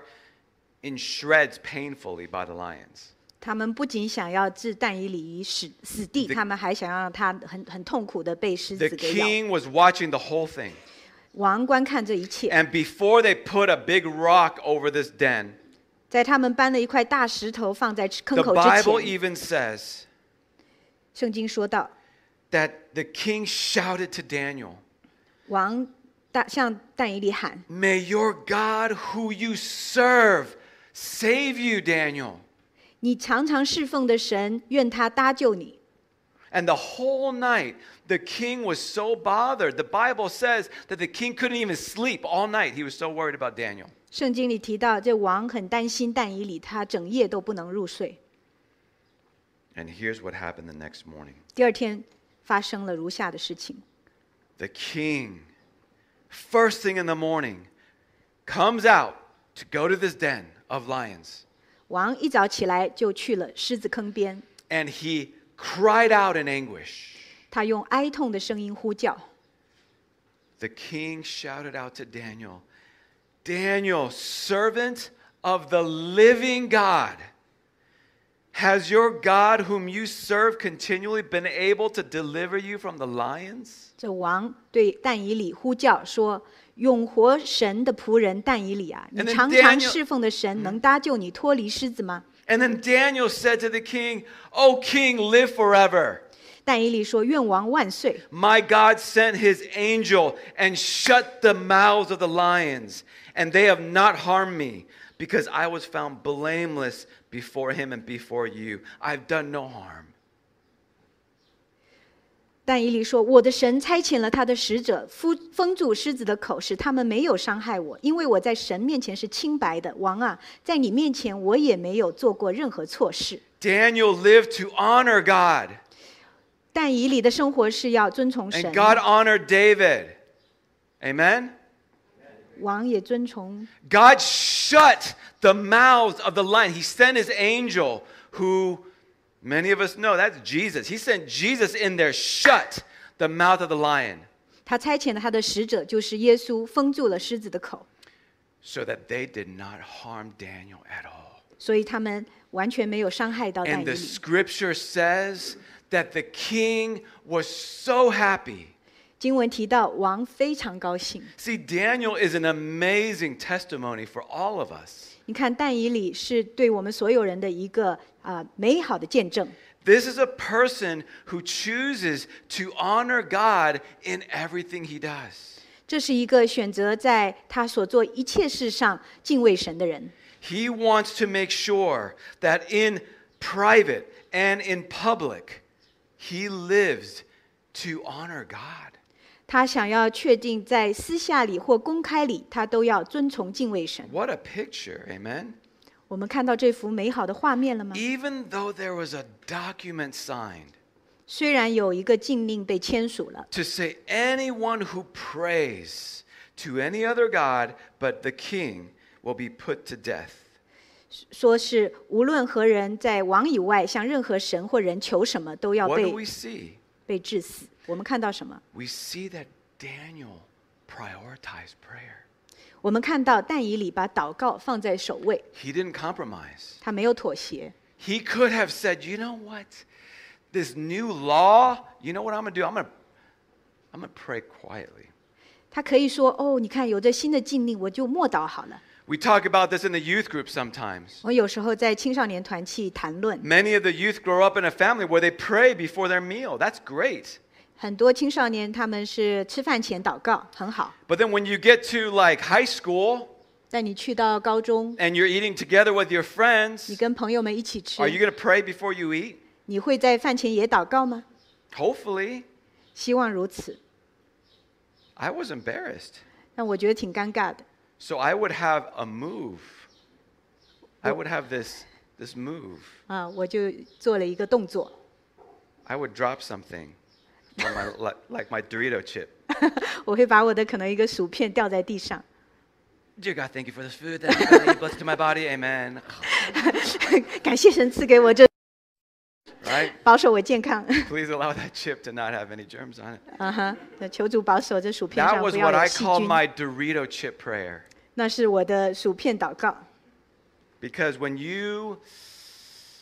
Speaker 1: in shreds painfully by the lions.
Speaker 2: 他们不仅想要置但以理于死死地，
Speaker 1: The-
Speaker 2: 他们还想让他很很痛苦的被狮
Speaker 1: The
Speaker 2: 子给咬。
Speaker 1: king was watching the whole thing.
Speaker 2: 王观看这一切，
Speaker 1: And before they put a big rock over this den,
Speaker 2: 在他们搬了一块大石头放在坑
Speaker 1: the
Speaker 2: 口之
Speaker 1: Bible
Speaker 2: 前，
Speaker 1: even says
Speaker 2: 圣经说道，
Speaker 1: that the king shouted to Daniel,
Speaker 2: 王大向但以理喊
Speaker 1: May your God, who you serve, save you, Daniel.：“
Speaker 2: 你常常侍奉的神，愿他搭救你。”
Speaker 1: And the whole night, the king was so bothered. The Bible says that the king couldn't even sleep all night. He was so worried about Daniel.
Speaker 2: 圣经里提到，这王很担心但以理，他整夜都不能入睡。
Speaker 1: And here's what happened the next morning
Speaker 2: 第二天发生了如下的事情：
Speaker 1: the king, first thing in the morning, comes out to go to this den of lions.
Speaker 2: 王一早起来就去了狮子坑边，
Speaker 1: And he cried out in anguish.
Speaker 2: 他用哀痛的声音呼叫。
Speaker 1: The king shouted out to Daniel, Daniel, servant of the living God, has your God, whom you serve continually, been able to deliver you from the lions?
Speaker 2: 这王对但以理呼叫说：“永活神的仆人但以理啊，你
Speaker 1: And then
Speaker 2: 常常
Speaker 1: Daniel-
Speaker 2: 侍奉的神能搭救你脱离狮子吗
Speaker 1: And then Daniel said to the king, O king, live forever.？”
Speaker 2: 但以理说：“愿王万岁！
Speaker 1: My God sent his angel and shut the mouths of the lions, and they have not harmed me, because I was found blameless before him and before you. I've done no harm.
Speaker 2: 但以理说：“我的神差遣了他的使者，封封住狮子的口，使他们没有伤害我，因为我在神面前是清白的。王啊，在你面前我也没有做过任何错事。
Speaker 1: Daniel lived to honor God, ”
Speaker 2: 但以理的生活是要遵从神
Speaker 1: and，God honored David. Amen?
Speaker 2: 王也遵从
Speaker 1: God shut the mouths of the lion. He sent his angel, who many of us know that's Jesus. He sent Jesus in there, shut the mouth of the lion.
Speaker 2: 他差遣了他的使者，就是耶稣，封住了狮子的口，
Speaker 1: so that they did not harm Daniel at all.
Speaker 2: 所以他们完全没有伤害到但
Speaker 1: And
Speaker 2: 以
Speaker 1: the
Speaker 2: 理。
Speaker 1: scripture says that the king was so happy.
Speaker 2: 经文提到王非常高兴。
Speaker 1: See, Daniel is an amazing testimony for all of us.
Speaker 2: 你看，但以理是对我们所有人的一个啊、美好的见证。
Speaker 1: This is a person who chooses to honor God in everything he does.
Speaker 2: 这是一个选择在他所做一切事上敬畏神的人。
Speaker 1: He wants to make sure that in private and in public, he lives to honor God.
Speaker 2: 他想要确定在私下里或公开里，他都要遵从敬畏神。
Speaker 1: What a picture, amen?
Speaker 2: 我们看到这幅美好的画面了吗？
Speaker 1: Even though there was a document signed
Speaker 2: 虽然有一个禁令被签署了，
Speaker 1: to say anyone who prays to any other god but the king will be put to death.
Speaker 2: 说是无论何人在王以外向任何神或人求什么，都要
Speaker 1: What do
Speaker 2: 被
Speaker 1: we see?
Speaker 2: 被致死。我们看到什么？
Speaker 1: We see that Daniel prioritized prayer.
Speaker 2: 我们看到但以理把祷告放在首位，
Speaker 1: He didn't compromise.
Speaker 2: 他没有妥协，
Speaker 1: He could have said, you know what? This new law, you know what I'm going to do? I'm going to I'm going to pray quietly.
Speaker 2: 他可以说：“哦，你看有这新的禁令，我就默祷好了。
Speaker 1: We talk about this in the youth group sometimes. ”
Speaker 2: 我有时候在青少年团契谈论，
Speaker 1: Many of the youth grow up in a family where they pray before their meal. That's great.
Speaker 2: 很多青少年他们是吃饭前祷告，很好。
Speaker 1: But then when you get to like high school
Speaker 2: 但你去到高中，
Speaker 1: and you're eating together with your
Speaker 2: 你
Speaker 1: friends,
Speaker 2: 跟朋友们一起吃
Speaker 1: are，you going to pray before you eat?
Speaker 2: 你会在饭前也祷告吗？
Speaker 1: Hopefully.
Speaker 2: 希望如此。
Speaker 1: I was embarrassed.
Speaker 2: 但我觉得挺尴尬的，
Speaker 1: So I would have a move. I would have this this move.
Speaker 2: 啊，我就做了一个动作，
Speaker 1: I would drop something from my like, like my Dorito chip.
Speaker 2: 我会把我的可能一个薯片掉在地上。
Speaker 1: Dear God, thank you for this food that I'm gonna eat. bless to my body, amen.
Speaker 2: 感谢神赐给我这，
Speaker 1: Right?
Speaker 2: 保守我健康。
Speaker 1: Please allow that chip to not have any germs on it.
Speaker 2: 啊哈，那求主保守这薯片
Speaker 1: That
Speaker 2: 上
Speaker 1: was
Speaker 2: 不要
Speaker 1: what
Speaker 2: 有
Speaker 1: I
Speaker 2: 细
Speaker 1: called
Speaker 2: 菌。
Speaker 1: my Dorito chip prayer.
Speaker 2: 那是我的薯片祷告，
Speaker 1: Because when you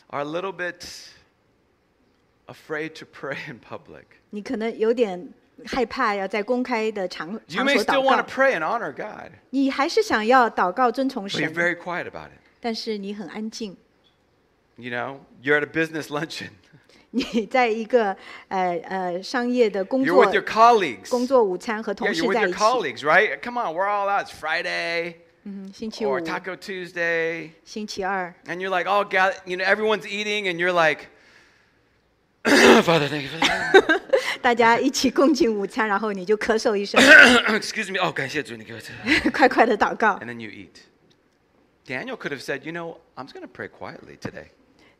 Speaker 1: are a little bit afraid to pray in public,
Speaker 2: 你可能有点害怕要在公开的场
Speaker 1: you
Speaker 2: 场所
Speaker 1: may still want to
Speaker 2: 祷告，
Speaker 1: pray and honor God,
Speaker 2: 你还是想要祷告遵从
Speaker 1: but you're
Speaker 2: 神，
Speaker 1: very quiet about it.
Speaker 2: 但是你很安静。
Speaker 1: You know, you're at a business luncheon.
Speaker 2: 你在一个呃呃商业的工
Speaker 1: You're
Speaker 2: 作
Speaker 1: with your colleagues.
Speaker 2: 工作午餐和
Speaker 1: Yeah,
Speaker 2: 同事
Speaker 1: you're with
Speaker 2: 在
Speaker 1: your
Speaker 2: 一起，
Speaker 1: colleagues, right? Come on, we're all out. It's Friday
Speaker 2: 嗯，星期五、
Speaker 1: or Taco Tuesday,
Speaker 2: 星期二，
Speaker 1: and you're like all gather. You know, everyone's eating, and you're like, Father, thank you for that.
Speaker 2: 大家一起共进午餐，然后你就咳嗽 一声，
Speaker 1: Excuse me. Oh, 感谢主，你给我这。
Speaker 2: 快快的祷告。
Speaker 1: And then you eat. Daniel could have said, you know, I'm just going to pray quietly today,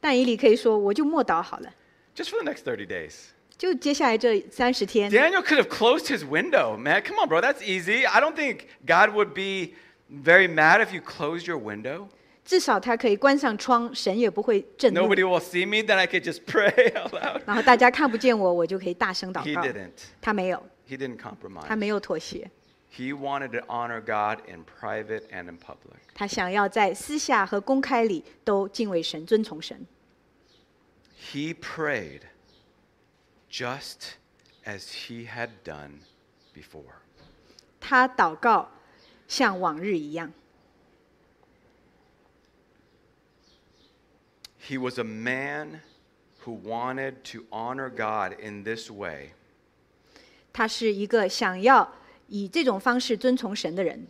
Speaker 2: 但以理可以说，我就默祷好了，
Speaker 1: just for the next 30 days.
Speaker 2: 就接下来这三十天。
Speaker 1: Daniel could have closed his window, man. Come on, bro. That's easy. I don't think God would be very mad if you closed your window.
Speaker 2: 至少他可以关上窗，神也不会震怒。
Speaker 1: Nobody will see me. Then I could just pray out loud.
Speaker 2: 然后大家看不见我，我就可以大声祷
Speaker 1: He
Speaker 2: 告。
Speaker 1: didn't.
Speaker 2: 他没有，
Speaker 1: He didn't
Speaker 2: 他
Speaker 1: compromise.
Speaker 2: 没有妥协，
Speaker 1: He wanted to honor God in private and in public.
Speaker 2: 他想要在私下和公开里都敬畏神、遵从神。
Speaker 1: He prayed just as he had done before.
Speaker 2: 他祷告像往日一样，
Speaker 1: He was a man who wanted to honor God in this way,
Speaker 2: 他是一个想要以这种方式遵从神的人。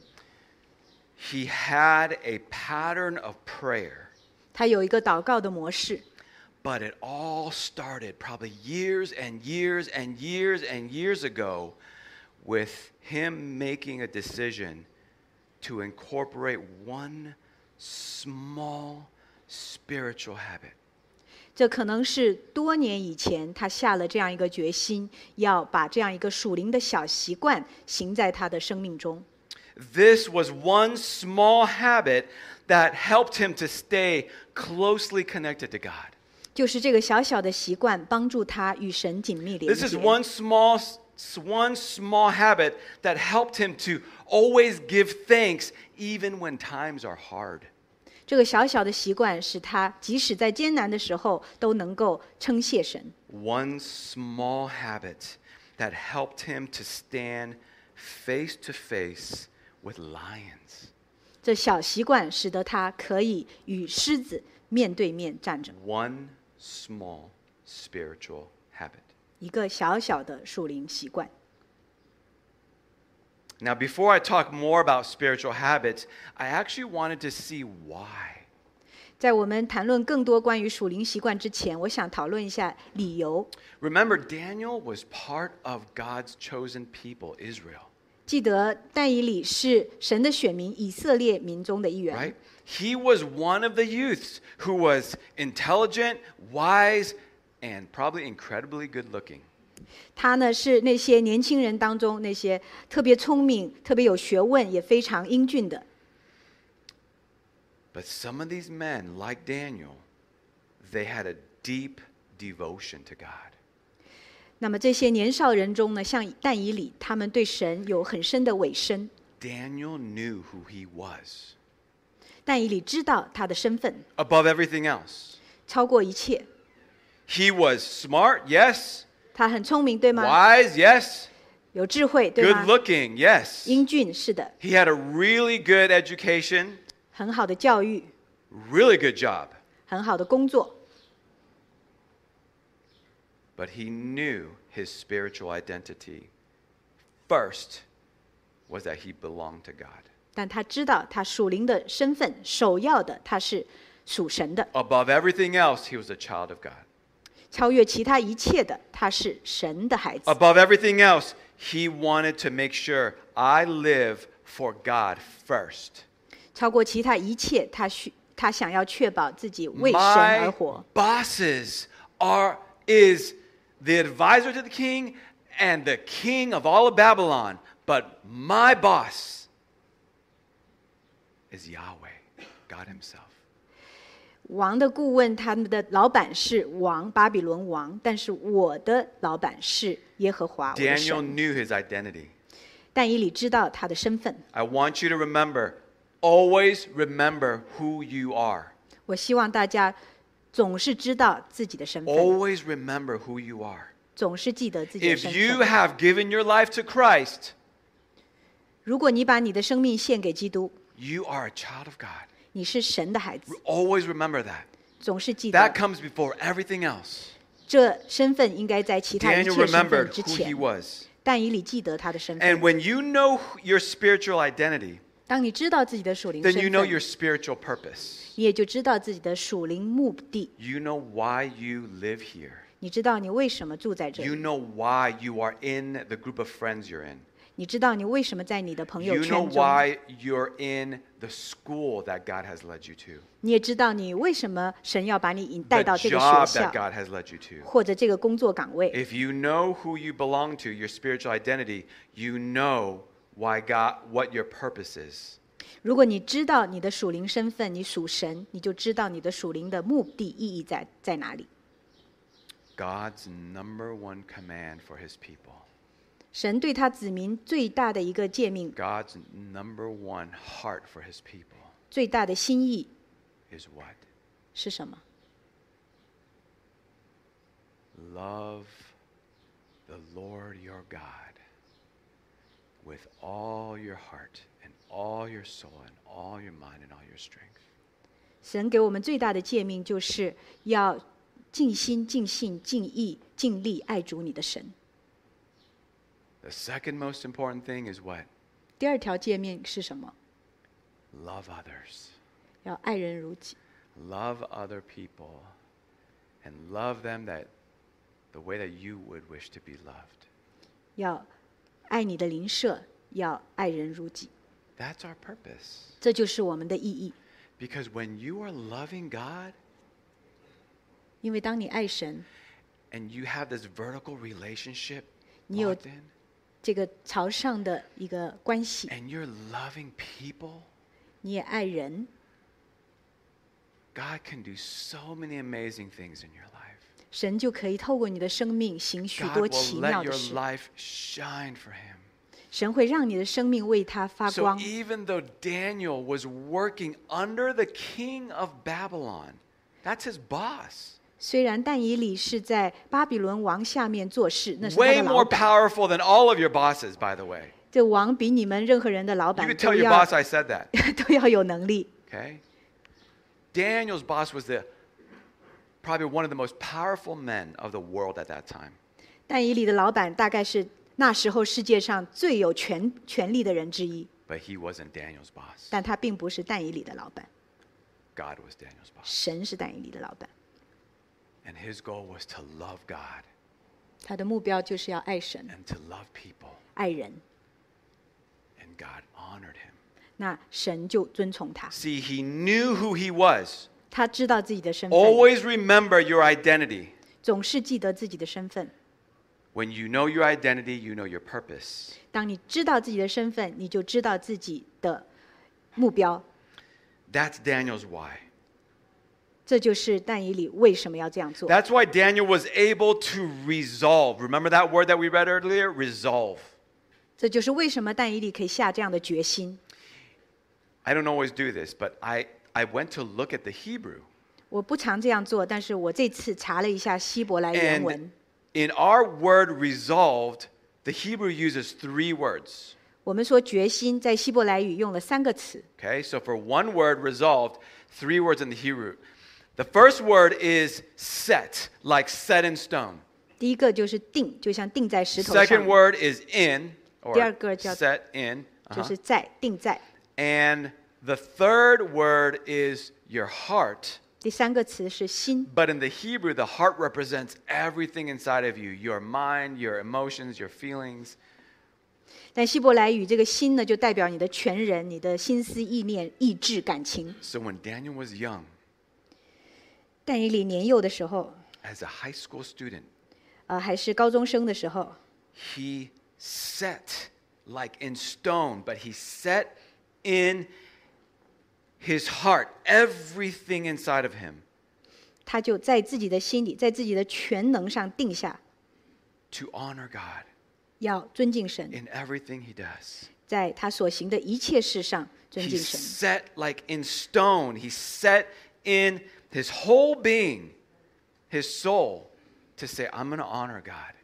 Speaker 1: he had a pattern of prayer.
Speaker 2: 他有一个祷告的模式，
Speaker 1: But it all started probably years and years and years and years ago with him making a decision to incorporate one small spiritual habit.
Speaker 2: 这可能是多年以前他下了这样一个决心，要把这样一个属灵的小习惯行在他的生命中。
Speaker 1: This was one small habit that helped him to stay closely connected to God.
Speaker 2: 就是这个小小的习惯，帮助他与神紧密连
Speaker 1: This
Speaker 2: 接
Speaker 1: is。one small s- one small habit that helped him to always give thanks even when times are hard.
Speaker 2: 这个小小的习惯使他即使在艰难的时候都能够称谢神。
Speaker 1: one small habit that helped him to stand face to face with lions.
Speaker 2: 这小习惯使得他可以与狮子面对面站着。
Speaker 1: One small spiritual habit.
Speaker 2: 一个小小的属灵习惯。
Speaker 1: Now, before I talk more about spiritual habits, I actually wanted to see why.
Speaker 2: 在我们谈论更多关于属灵习惯之前，我想讨论一下理由。
Speaker 1: Remember, Daniel was part of God's chosen people, Israel,
Speaker 2: 记得但以理是神的选民以色列民中的一员
Speaker 1: right? He was one of the youths who was intelligent, wise, and probably incredibly good looking.
Speaker 2: 他呢是那些年轻人当中那些特别聪明、特别有学问、也非常英俊的。
Speaker 1: But some of these men, like Daniel, they had a deep devotion to God.
Speaker 2: 那么这些年少人中呢，像但以理，他们对神有很深的委身。
Speaker 1: Daniel knew who he was
Speaker 2: 但以理知道他的身份，
Speaker 1: above everything else.
Speaker 2: 超过一切。
Speaker 1: He was smart, yes.
Speaker 2: 他很聪明，对吗？
Speaker 1: Wise, yes.
Speaker 2: 有智慧，对
Speaker 1: Good
Speaker 2: 吗？
Speaker 1: looking, yes.
Speaker 2: 英俊，是的，
Speaker 1: He had a really good education,
Speaker 2: 很好的教育，
Speaker 1: really good job.
Speaker 2: 很好的工作，
Speaker 1: But he knew his spiritual identity first was that he belonged to God.
Speaker 2: 但他知道他属灵的身份，首要的他是属神的，
Speaker 1: Above everything else, he was a child of God.
Speaker 2: 超越其他一切的，他是神的孩子。
Speaker 1: Above everything else, he wanted to make sure I live for God first.
Speaker 2: 超过其他一切，他需他想要确保自己为神
Speaker 1: My
Speaker 2: 而活。
Speaker 1: bosses are is the advisor to the king and the king of all of Babylon, but my boss is Yahweh, God himself.
Speaker 2: 王的顾问，他们的老板是王巴比伦王，但是我的老板是耶和华我的
Speaker 1: Daniel
Speaker 2: 神。
Speaker 1: knew his identity.
Speaker 2: 但以理知道他的身份。
Speaker 1: I want you to remember, always remember who you are.
Speaker 2: 我希望大家总是知道自己的身份，
Speaker 1: Always remember who you are.
Speaker 2: 总是记得自己的
Speaker 1: If
Speaker 2: 身
Speaker 1: you
Speaker 2: 份。
Speaker 1: have given your life to Christ,
Speaker 2: 如果你把你的生命献给基督，
Speaker 1: you are a child of God.
Speaker 2: 你是神的孩子
Speaker 1: Re-，Always remember that.
Speaker 2: 总是记
Speaker 1: That
Speaker 2: 得
Speaker 1: comes before everything else.
Speaker 2: 这身份应该在其他一
Speaker 1: Daniel
Speaker 2: 切身份
Speaker 1: remembered
Speaker 2: 之
Speaker 1: who he
Speaker 2: 前。
Speaker 1: was.
Speaker 2: 但以理记得他的身
Speaker 1: And
Speaker 2: 份。
Speaker 1: when you know who- your spiritual identity,
Speaker 2: 当你知道自己的属灵
Speaker 1: then
Speaker 2: 身
Speaker 1: you know your
Speaker 2: 份，
Speaker 1: spiritual purpose.
Speaker 2: 你也就知道自己的属灵目的，
Speaker 1: You know why you live here.
Speaker 2: 你知道你为什么住在这
Speaker 1: You
Speaker 2: 里，
Speaker 1: know why you are in the group of friends you're in.
Speaker 2: 你知道你为什么在你的朋友
Speaker 1: You know
Speaker 2: 圈中，
Speaker 1: why you're in the school that God has led you to,
Speaker 2: 你也知道你为什么神要把你引带
Speaker 1: the
Speaker 2: 到这个学
Speaker 1: job that
Speaker 2: 校
Speaker 1: God has led you to.
Speaker 2: 或者这个工作岗位。
Speaker 1: If you know who you belong to, your spiritual identity, you know why God, what your purpose is.
Speaker 2: 如果你知道你的属灵身份，你属神，你就知道你的属灵的目的意义在在哪里。
Speaker 1: God's number one command for His people,
Speaker 2: 神对他子民最大的一个诫命，
Speaker 1: God's number one heart for His people
Speaker 2: 最大的心意
Speaker 1: is what?
Speaker 2: 是什么？
Speaker 1: Love the Lord your God with all your heart and all your soul and all your mind and all your strength.
Speaker 2: 神给我们最大的诫命就是要尽心、尽性、尽意、尽力爱主你的神。
Speaker 1: The second most important thing is what?
Speaker 2: 第二条诫命是什么？
Speaker 1: Love others.
Speaker 2: 要爱人如己，
Speaker 1: Love other people and love them that the way that you would wish to be loved.
Speaker 2: 要爱你的邻舍，要爱人如己，
Speaker 1: That's our purpose.
Speaker 2: 这就是我们的意义。
Speaker 1: Because when you are loving God
Speaker 2: 因为当你爱神，
Speaker 1: and you have this vertical relationship
Speaker 2: 你有-
Speaker 1: locked in,
Speaker 2: 这个朝上的一个关系，
Speaker 1: and you're loving people,
Speaker 2: 你也爱人，
Speaker 1: God can do so many amazing things in your life.
Speaker 2: 神就可以透过你的生命行许
Speaker 1: God
Speaker 2: 多
Speaker 1: will
Speaker 2: 奇
Speaker 1: let
Speaker 2: 妙的
Speaker 1: your
Speaker 2: 事。
Speaker 1: life shine for him.
Speaker 2: 神会让你的生命为他发
Speaker 1: So e
Speaker 2: 光。
Speaker 1: even though Daniel was working under the king of Babylon, that's his boss.
Speaker 2: 虽然但以理是在巴比伦王下面做事，那是他
Speaker 1: Way
Speaker 2: 的老
Speaker 1: more
Speaker 2: 板。
Speaker 1: powerful than all of your bosses, by the way.
Speaker 2: 这王比你们任何人的老
Speaker 1: You
Speaker 2: 板
Speaker 1: could
Speaker 2: 都
Speaker 1: tell your
Speaker 2: 要
Speaker 1: boss I said that.
Speaker 2: 都要有能力。
Speaker 1: Okay? Daniel's boss was the probably one of the most powerful men of the world at that time.
Speaker 2: 但以理的老板大概是那时候世界上最有权权力的人之一，
Speaker 1: But he wasn't Daniel's boss.
Speaker 2: 但他并不是但以理的老板，
Speaker 1: God was Daniel's boss.
Speaker 2: 神是但以理的老板。
Speaker 1: And his goal was to love God
Speaker 2: 他的目标就是要爱神、
Speaker 1: and to love people.
Speaker 2: 爱人，
Speaker 1: And God honored him.
Speaker 2: 那神就遵从他。
Speaker 1: See, he knew who he was.
Speaker 2: 他知道自己的身份，
Speaker 1: Always remember your identity.
Speaker 2: 总是记得自己的身份。
Speaker 1: When you know your identity, you know your purpose.
Speaker 2: 当你知道自己的身份，你就知道自己的目标。
Speaker 1: That's Daniel's why.
Speaker 2: 这就是但以理为什么要这样做。
Speaker 1: That's why Daniel was able to resolve. Remember that word that we read earlier? Resolve.
Speaker 2: 这就是为什么但以理可以下这样的决心。
Speaker 1: I don't always do this, but I, I went to look at the Hebrew.
Speaker 2: 我不常这样做，但是我这次查了一下希伯来原
Speaker 1: And
Speaker 2: 文，
Speaker 1: in our word resolved, the Hebrew uses three words.
Speaker 2: 我们说决心在希伯来语用了三个词，
Speaker 1: Okay, so for one word resolved, three words in the Hebrew. The first word is set, like set in stone.
Speaker 2: 第一个就是定，就像定在石头
Speaker 1: Second
Speaker 2: 上，
Speaker 1: word is in, or
Speaker 2: 第二个叫-
Speaker 1: set in.
Speaker 2: 就
Speaker 1: uh-huh.
Speaker 2: 是在定在。
Speaker 1: And the third word is your heart.
Speaker 2: 第三个词是心，
Speaker 1: But in the Hebrew, the heart represents everything inside of you your mind, your emotions, your feelings.
Speaker 2: 但希伯来语这个心呢，就代表你的全人、你的心思、意念、意志、感情。
Speaker 1: So when Daniel was young,
Speaker 2: 但以理年幼的时候，
Speaker 1: as a high school student,
Speaker 2: 呃，还是高中生的时候，
Speaker 1: he set like in stone, but he set in his heart everything inside of him
Speaker 2: 他就在自己的心里，在自己的全能上定下，
Speaker 1: to honor God
Speaker 2: 要尊敬神，
Speaker 1: in everything he does.
Speaker 2: 在他所行的一切事上尊
Speaker 1: He
Speaker 2: 敬神。
Speaker 1: set like in stone, he set in his whole being, his soul, to say, I'm going to honor God.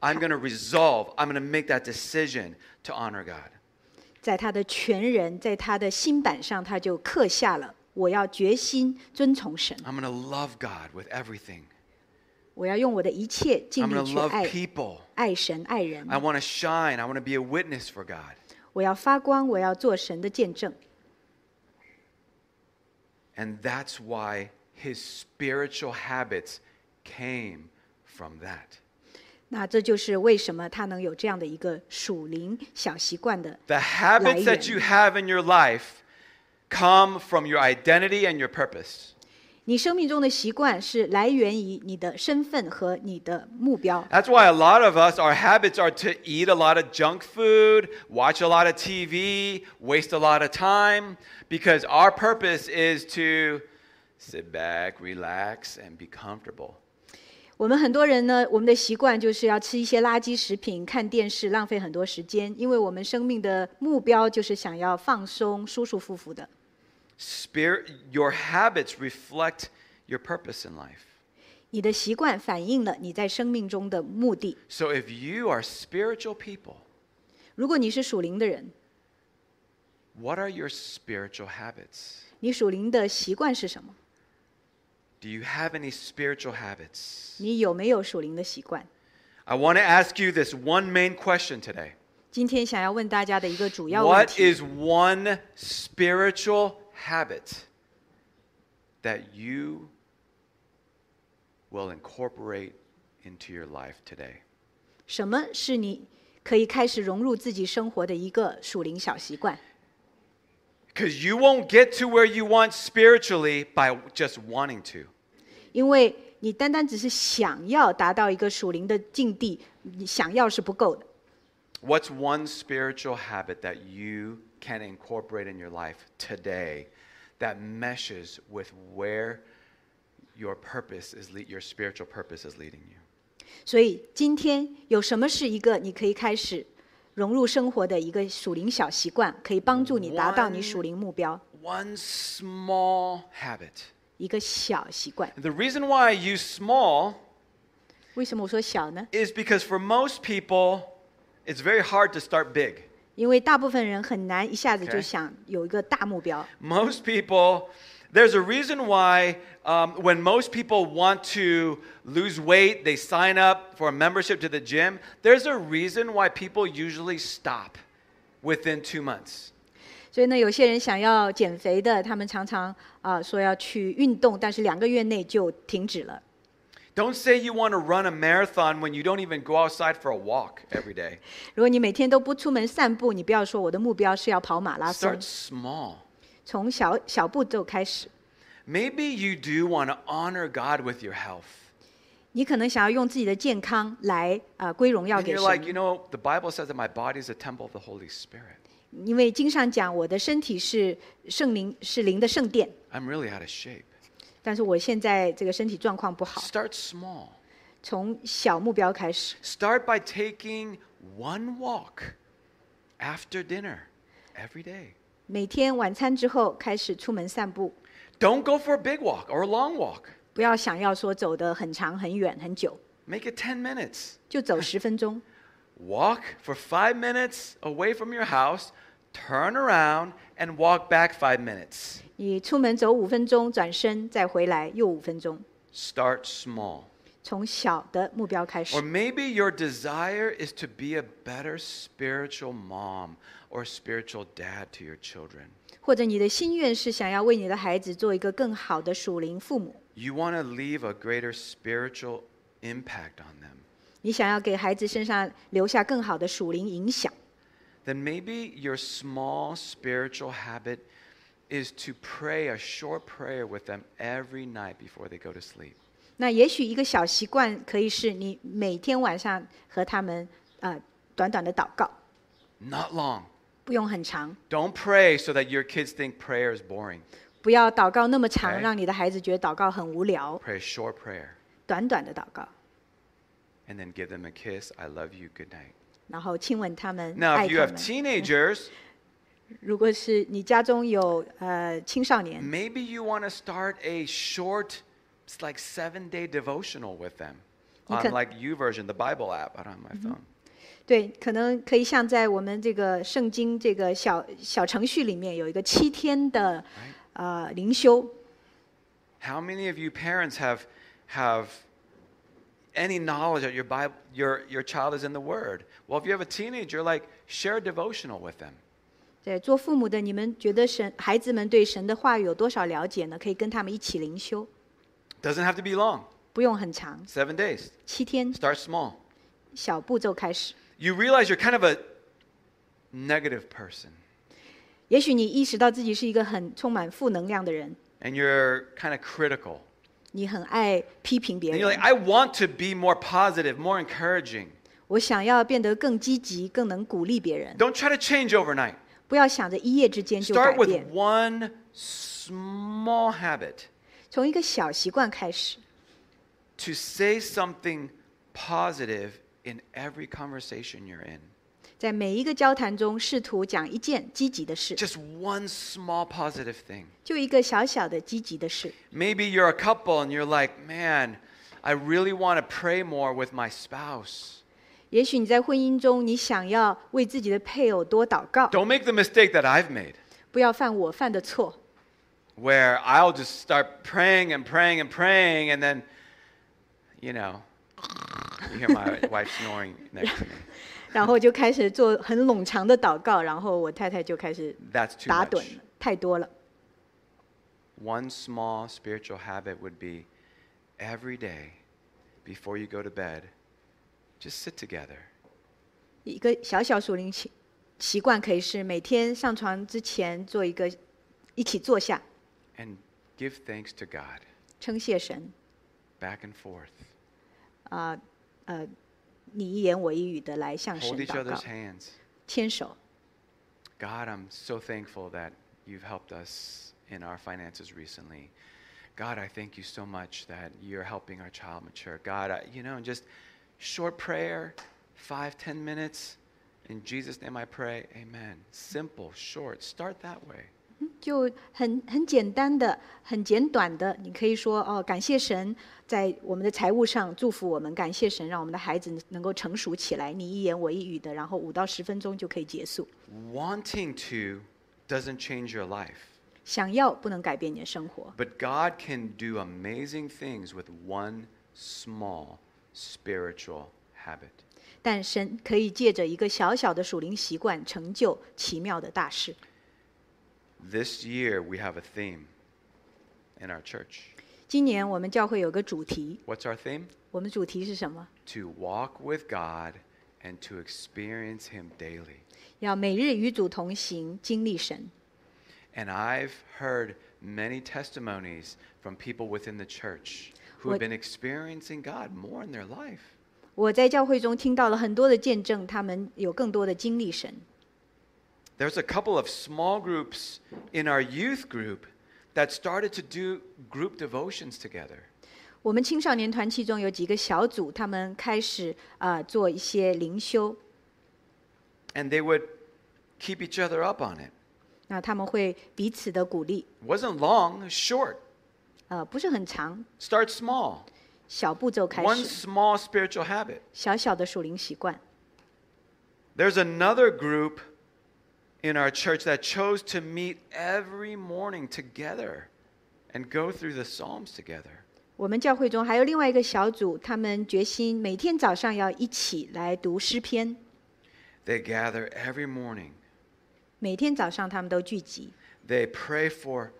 Speaker 1: I'm going to resolve, I'm going to make that decision to honor God.
Speaker 2: 在他的全人，在他的心板上，他就刻下了：我要决心遵从神，
Speaker 1: I'm going to love God with everything.
Speaker 2: 我要用我的一切尽
Speaker 1: I'm
Speaker 2: 力
Speaker 1: going to
Speaker 2: 去
Speaker 1: love
Speaker 2: 爱
Speaker 1: people.
Speaker 2: 爱神爱人，
Speaker 1: I want to shine. I want to be a witness for God.
Speaker 2: 我要发光，我要做神的见证。
Speaker 1: And that's why his spiritual habits came from that.
Speaker 2: 那这就是为什么他能有这样的一个属灵小习惯的
Speaker 1: The habits that
Speaker 2: 来源。
Speaker 1: you have in your life come from your identity and your purpose.
Speaker 2: 你生命中的习惯是来源于你的身份和你的目标，
Speaker 1: That's why a lot of us, our habits are to eat a lot of junk food, watch a lot of TV, waste a lot of time, because our purpose is to sit back, relax, and be comfortable.
Speaker 2: 我们很多人呢，我们的习惯就是要吃一些垃圾食品、看电视，浪费很多时间，因为我们生命的目标就是想要放松、舒舒服服的。
Speaker 1: Spirit, your habits reflect your purpose in life.
Speaker 2: 你的习惯反映了你在生命中的目的。
Speaker 1: So if you are spiritual people,
Speaker 2: 如果你是属灵的人，
Speaker 1: what are your spiritual habits?
Speaker 2: 你属灵的习惯是什么？
Speaker 1: Do you have any spiritual habits?
Speaker 2: 你有没有属灵的习惯？
Speaker 1: I want to ask you this one main question today.
Speaker 2: 今天想要问大家的一个主要问
Speaker 1: What
Speaker 2: 题
Speaker 1: is one spiritual habit that you will incorporate into your life today?
Speaker 2: 什么是你可以开始融入自己生活的一个属灵小习惯？
Speaker 1: Because you won't get to where you want spiritually by just wanting to.
Speaker 2: 因为你单单只是想要达到一个属灵的境地，你想要是不够的。
Speaker 1: What's one spiritual habit that you can incorporate in your life today that meshes with where your purpose is le- your spiritual purpose is leading you?
Speaker 2: 所以今天有什么是一个你可以开始融入生活的一个属灵小习惯，可以帮助你达到你属灵目标？
Speaker 1: One small habit.
Speaker 2: 一个小习惯。
Speaker 1: The reason why I use small
Speaker 2: 为什么我说小呢？
Speaker 1: is because for most people it's very hard to start big.
Speaker 2: 因为大部分人很难一下子就
Speaker 1: Okay.
Speaker 2: 想有一个大目标。
Speaker 1: Most people, there's a reason why um, when most people want to lose weight, they sign up for a membership to the gym. There's a reason why people usually stop within two months.
Speaker 2: 所以呢，有些人想要减肥的，他们常常啊、说要去运动，但是两个月内就停止了。
Speaker 1: Don't say you want to run a marathon when you don't even go outside for a walk every day.
Speaker 2: 如果你每天都不出门散步，你不要说我的目标是要跑马拉松
Speaker 1: Start，small.
Speaker 2: 从小小步骤开始。
Speaker 1: Maybe you do want to honor God with your health.
Speaker 2: 你可能想要用自己的健康来啊、归荣耀
Speaker 1: And
Speaker 2: 给
Speaker 1: you're
Speaker 2: 神
Speaker 1: like, you know, the Bible says that my body is a temple of the Holy Spirit.
Speaker 2: 因为经上讲我的身体是圣灵是灵的圣殿，
Speaker 1: I'm really out of shape.
Speaker 2: 但是我现在这个身体状况不好，
Speaker 1: Start small.
Speaker 2: 从小目标开始。
Speaker 1: Start by taking one walk after dinner every day.
Speaker 2: 每天晚餐之后开始出门散步，
Speaker 1: Don't go for a big walk or a long walk.
Speaker 2: 不要想要说走得很长很远很久，
Speaker 1: Make it 10 minutes.
Speaker 2: 就走十分钟，
Speaker 1: Walk for five minutes away from your house, turn around, and walk back five minutes.
Speaker 2: 你出门走五分钟，转身再回来又五分钟，
Speaker 1: Start small.
Speaker 2: 从小的目标开
Speaker 1: Or
Speaker 2: 始。
Speaker 1: maybe your desire is to be a better spiritual mom or spiritual dad to your children.
Speaker 2: 或者你的心愿是想要为你的孩子做一个更好的属灵父母，
Speaker 1: You want to leave a greater spiritual impact on them.
Speaker 2: 你想要给孩子身上留下更好的属灵影响，
Speaker 1: Then maybe your small spiritual habit is to pray a short prayer with them every night before they go to sleep.
Speaker 2: 那也许一个小习惯可以是你每天晚上和他们呃短短的祷告，
Speaker 1: Not long.
Speaker 2: 不用很长，
Speaker 1: Don't pray so that your kids think prayer is boring.
Speaker 2: 不要祷告那么长，
Speaker 1: 哎
Speaker 2: 让你的孩子觉得祷告很无聊。
Speaker 1: Pray a short prayer
Speaker 2: 短短的祷告，
Speaker 1: and then give them a kiss. I love you. Good night.
Speaker 2: 然后亲吻他们，
Speaker 1: Now,
Speaker 2: 爱
Speaker 1: if you
Speaker 2: 他
Speaker 1: have
Speaker 2: 们。嗯
Speaker 1: teenagers,
Speaker 2: 如果是你家中有呃青少年，
Speaker 1: maybe you want to start a short, it's like seven day devotional with them
Speaker 2: You
Speaker 1: on
Speaker 2: can-
Speaker 1: like you version, the Bible app. I don't have my phone.
Speaker 2: 对，可能可以像在我们这个圣经这个小小程序里面有一个七天的呃灵修。
Speaker 1: How many of you parents have have any knowledge that your Bible, your your child is in the Word? Well, if you have a teenager, like share a devotional with them.
Speaker 2: 对，做父母的你们觉得神孩子们对神的话语有多少了解呢？可以跟他们一起灵修，
Speaker 1: Doesn't have to be long.
Speaker 2: 不用很长，
Speaker 1: Seven days.
Speaker 2: 七天
Speaker 1: Start small.
Speaker 2: 小步骤开始。
Speaker 1: You realize you're kind of a negative person,
Speaker 2: 也许你意识到自己是一个很充满负能量的人，
Speaker 1: and you're kind of critical.
Speaker 2: 你很爱批评别
Speaker 1: And you're
Speaker 2: 人
Speaker 1: like, I want to be more positive, more encouraging.
Speaker 2: 我想要变得更积极，更能鼓励别人。
Speaker 1: Don't try to change overnight.
Speaker 2: 不要想着一夜之间就改
Speaker 1: Start with
Speaker 2: 变，
Speaker 1: one small habit.
Speaker 2: 从一个小习惯开始，
Speaker 1: to say something positive in every conversation you're in.
Speaker 2: 在每一个交谈中试图讲一件积极的事，
Speaker 1: Just one small positive thing.
Speaker 2: 就一个小小的积极的事。
Speaker 1: Maybe you're a couple and you're like, man, I really want to pray more with my spouse.
Speaker 2: 也许你在婚姻中，你想要为自己的配偶多祷告，
Speaker 1: Don't make the mistake that I've made,
Speaker 2: 不要犯我犯的错。
Speaker 1: where I'll just start praying and praying and praying, and then, you know, you hear my wife snoring next to me.
Speaker 2: 然后就开始做很冗长的祷告，然后我太太就开始
Speaker 1: That's too
Speaker 2: 打
Speaker 1: much.
Speaker 2: 盹了，太多了。
Speaker 1: One small spiritual habit would be every day before you go to bed, just sit together.
Speaker 2: 一个小小属灵习习惯可以是每天上床之前做一个，一起坐下，
Speaker 1: and give thanks to God
Speaker 2: 称谢神，
Speaker 1: back and forth.
Speaker 2: 啊、呃，你一言我一语的来向神
Speaker 1: Hold each
Speaker 2: 祷
Speaker 1: other's
Speaker 2: 告，
Speaker 1: hands.
Speaker 2: 牵手。
Speaker 1: God, I'm so thankful that you've helped us in our finances recently. God, I thank you so much that you're helping our child mature. God, I, you know, just short prayer, five, ten minutes. In Jesus' name I pray, amen. Simple, short. Start that way.
Speaker 2: 就很很简单的、很简短的，你可以说哦，感谢神在我们的财务上祝福我们，感谢神让我们的孩子能够成熟起来。你一言我一语的，然后五到十分钟就可以结束。
Speaker 1: Wanting to doesn't change your life,
Speaker 2: 想要不能改变你的生活，
Speaker 1: but God can do amazing things with one small spiritual habit.
Speaker 2: 但神可以借着一个小小的属灵习惯，成就奇妙的大事。
Speaker 1: This year we have a theme in our church.
Speaker 2: 今年我们教会有个主题，
Speaker 1: What's our theme?
Speaker 2: 我们主题是什么？
Speaker 1: To walk with God and to experience Him daily.
Speaker 2: 要每日与主同行，经历神。
Speaker 1: And I've heard many testimonies from people within the church who have
Speaker 2: What-
Speaker 1: been experiencing God more in their life.
Speaker 2: 我在教会中听到了很多的见证，他们有更多的经历神。
Speaker 1: There's a couple of small groups in our youth group that started to do group devotions together.
Speaker 2: 我们青少年团契中有几个小组，他们开始啊、呃做一些灵修，
Speaker 1: And they would keep each other up on it.
Speaker 2: 那他们会彼此的鼓励，
Speaker 1: It wasn't long, it was short.
Speaker 2: 呃，不是很长，
Speaker 1: Start small.
Speaker 2: 小步骤开
Speaker 1: One
Speaker 2: 始，
Speaker 1: small spiritual habit.
Speaker 2: 小小的属灵习惯。
Speaker 1: There's another group in our church that chose to meet every morning together and go through the Psalms together.
Speaker 2: 我们教会中还有另外一个小组，他们决心每天早上要一起来读诗篇，
Speaker 1: They gather every morning.
Speaker 2: 每天早上他们都聚集，
Speaker 1: They pray for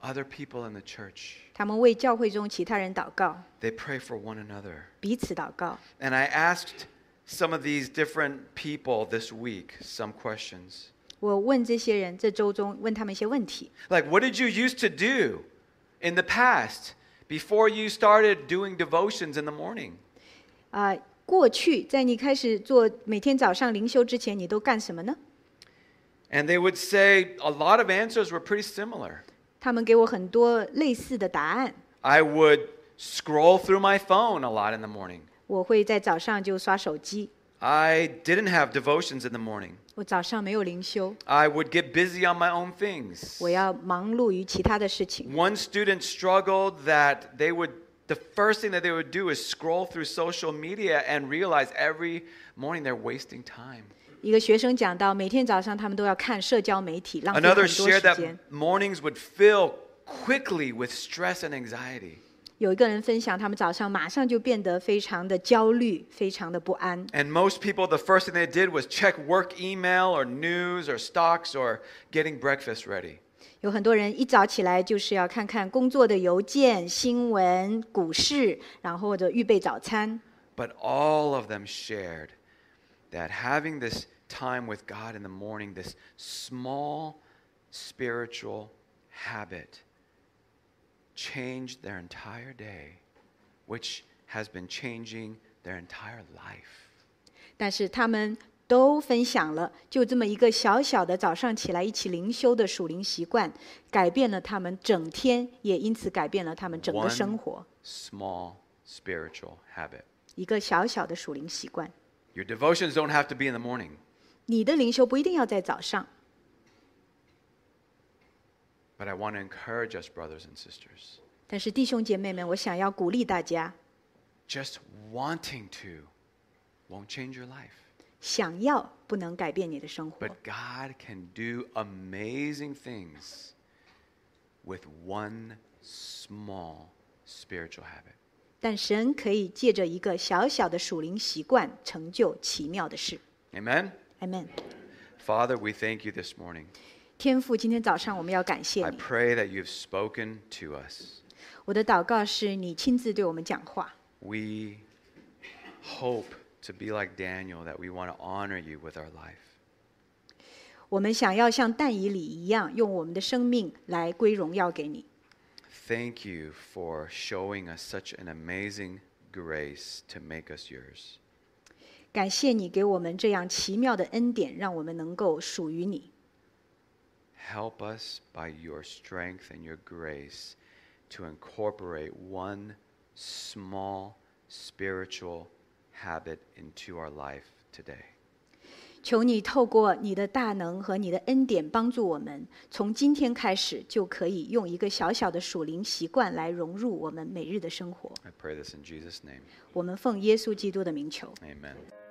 Speaker 1: other people in the church.
Speaker 2: 他们为教会中其他人祷告，
Speaker 1: They pray for one another.
Speaker 2: 彼此祷告。
Speaker 1: And I asked some of these different people this week some questions.
Speaker 2: 我问这些人这周中问他们一些问题，
Speaker 1: Like, what did you used to do in the past before you started doing devotions in the morning?
Speaker 2: 啊、过去在你开始做每天早上灵修之前，你都干什么呢？
Speaker 1: And they would say a lot of answers were pretty similar.
Speaker 2: 他们给我很多类似的答案。
Speaker 1: I would scroll through my phone a lot in the morning.
Speaker 2: 我会在早上就刷手机，
Speaker 1: I didn't have devotions in the morning.
Speaker 2: 我早上没有灵修，
Speaker 1: I would get busy on my own things.
Speaker 2: 我要忙碌于其他的事情。
Speaker 1: One student struggled that they would, the first thing that they would do is scroll through social media and realize every morning they're wasting time.
Speaker 2: 一个学生讲到，每天早上他们都要看社交媒体，浪费很
Speaker 1: Another
Speaker 2: 多
Speaker 1: shared
Speaker 2: 时间。
Speaker 1: that mornings would fill quickly with stress and anxiety.
Speaker 2: 有一个人分享，他们早上马上就变得非常的焦虑，非常的不安。
Speaker 1: And most people, the first thing they did was check work email or news or stocks or getting breakfast ready.
Speaker 2: 有很多人一早起来就是要看看工作的邮件、新闻、股市，然后或者预备早餐。
Speaker 1: But all of them shared that having this time with God in the morning, this small spiritual habit, changed their entire day, which has been changing their entire life.
Speaker 2: 但是他们都分享了，就这么一个小小的早上起来一起灵修的属灵习惯，改变了他们整天，也因此改变了他们整个
Speaker 1: One
Speaker 2: 生活。
Speaker 1: small spiritual habit.
Speaker 2: 一个小小的属灵习惯，
Speaker 1: Your devotions don't have to be in the morning.
Speaker 2: 你的灵修不一定要在早上，
Speaker 1: But I want to encourage us, brothers and sisters,
Speaker 2: 但是弟兄姐妹们，我想要鼓励大家，
Speaker 1: just wanting to won't change your life.
Speaker 2: 想要不能改变你的生活，
Speaker 1: But God can do amazing things with one small spiritual habit.
Speaker 2: 但神可以借着一个小小的属灵习惯，成就奇妙的事。
Speaker 1: Amen?
Speaker 2: Amen。
Speaker 1: Father, we thank you this morning.
Speaker 2: 天父，今天早上我们要感谢
Speaker 1: I
Speaker 2: 你。
Speaker 1: pray that you've spoken to us.
Speaker 2: 我的祷告是你亲自对我们讲话。
Speaker 1: We hope to be like Daniel, that we want to honor you with our life.
Speaker 2: 我们想要像但以理一样，用我们的生命来归荣耀给你。
Speaker 1: Thank you for showing us such an amazing grace to make us yours.
Speaker 2: 感谢你给我们这样奇妙的恩典，让我们能够属于你。
Speaker 1: Help us by your strength and your grace to incorporate one small spiritual habit into our life today.
Speaker 2: 求你透过你的大能和你的恩典，帮助我们从今天开始就可以用一个小小的属灵习惯来融入我们每日的生活。
Speaker 1: I pray this in Jesus' name.
Speaker 2: 我们奉耶稣基督的名求，
Speaker 1: Amen.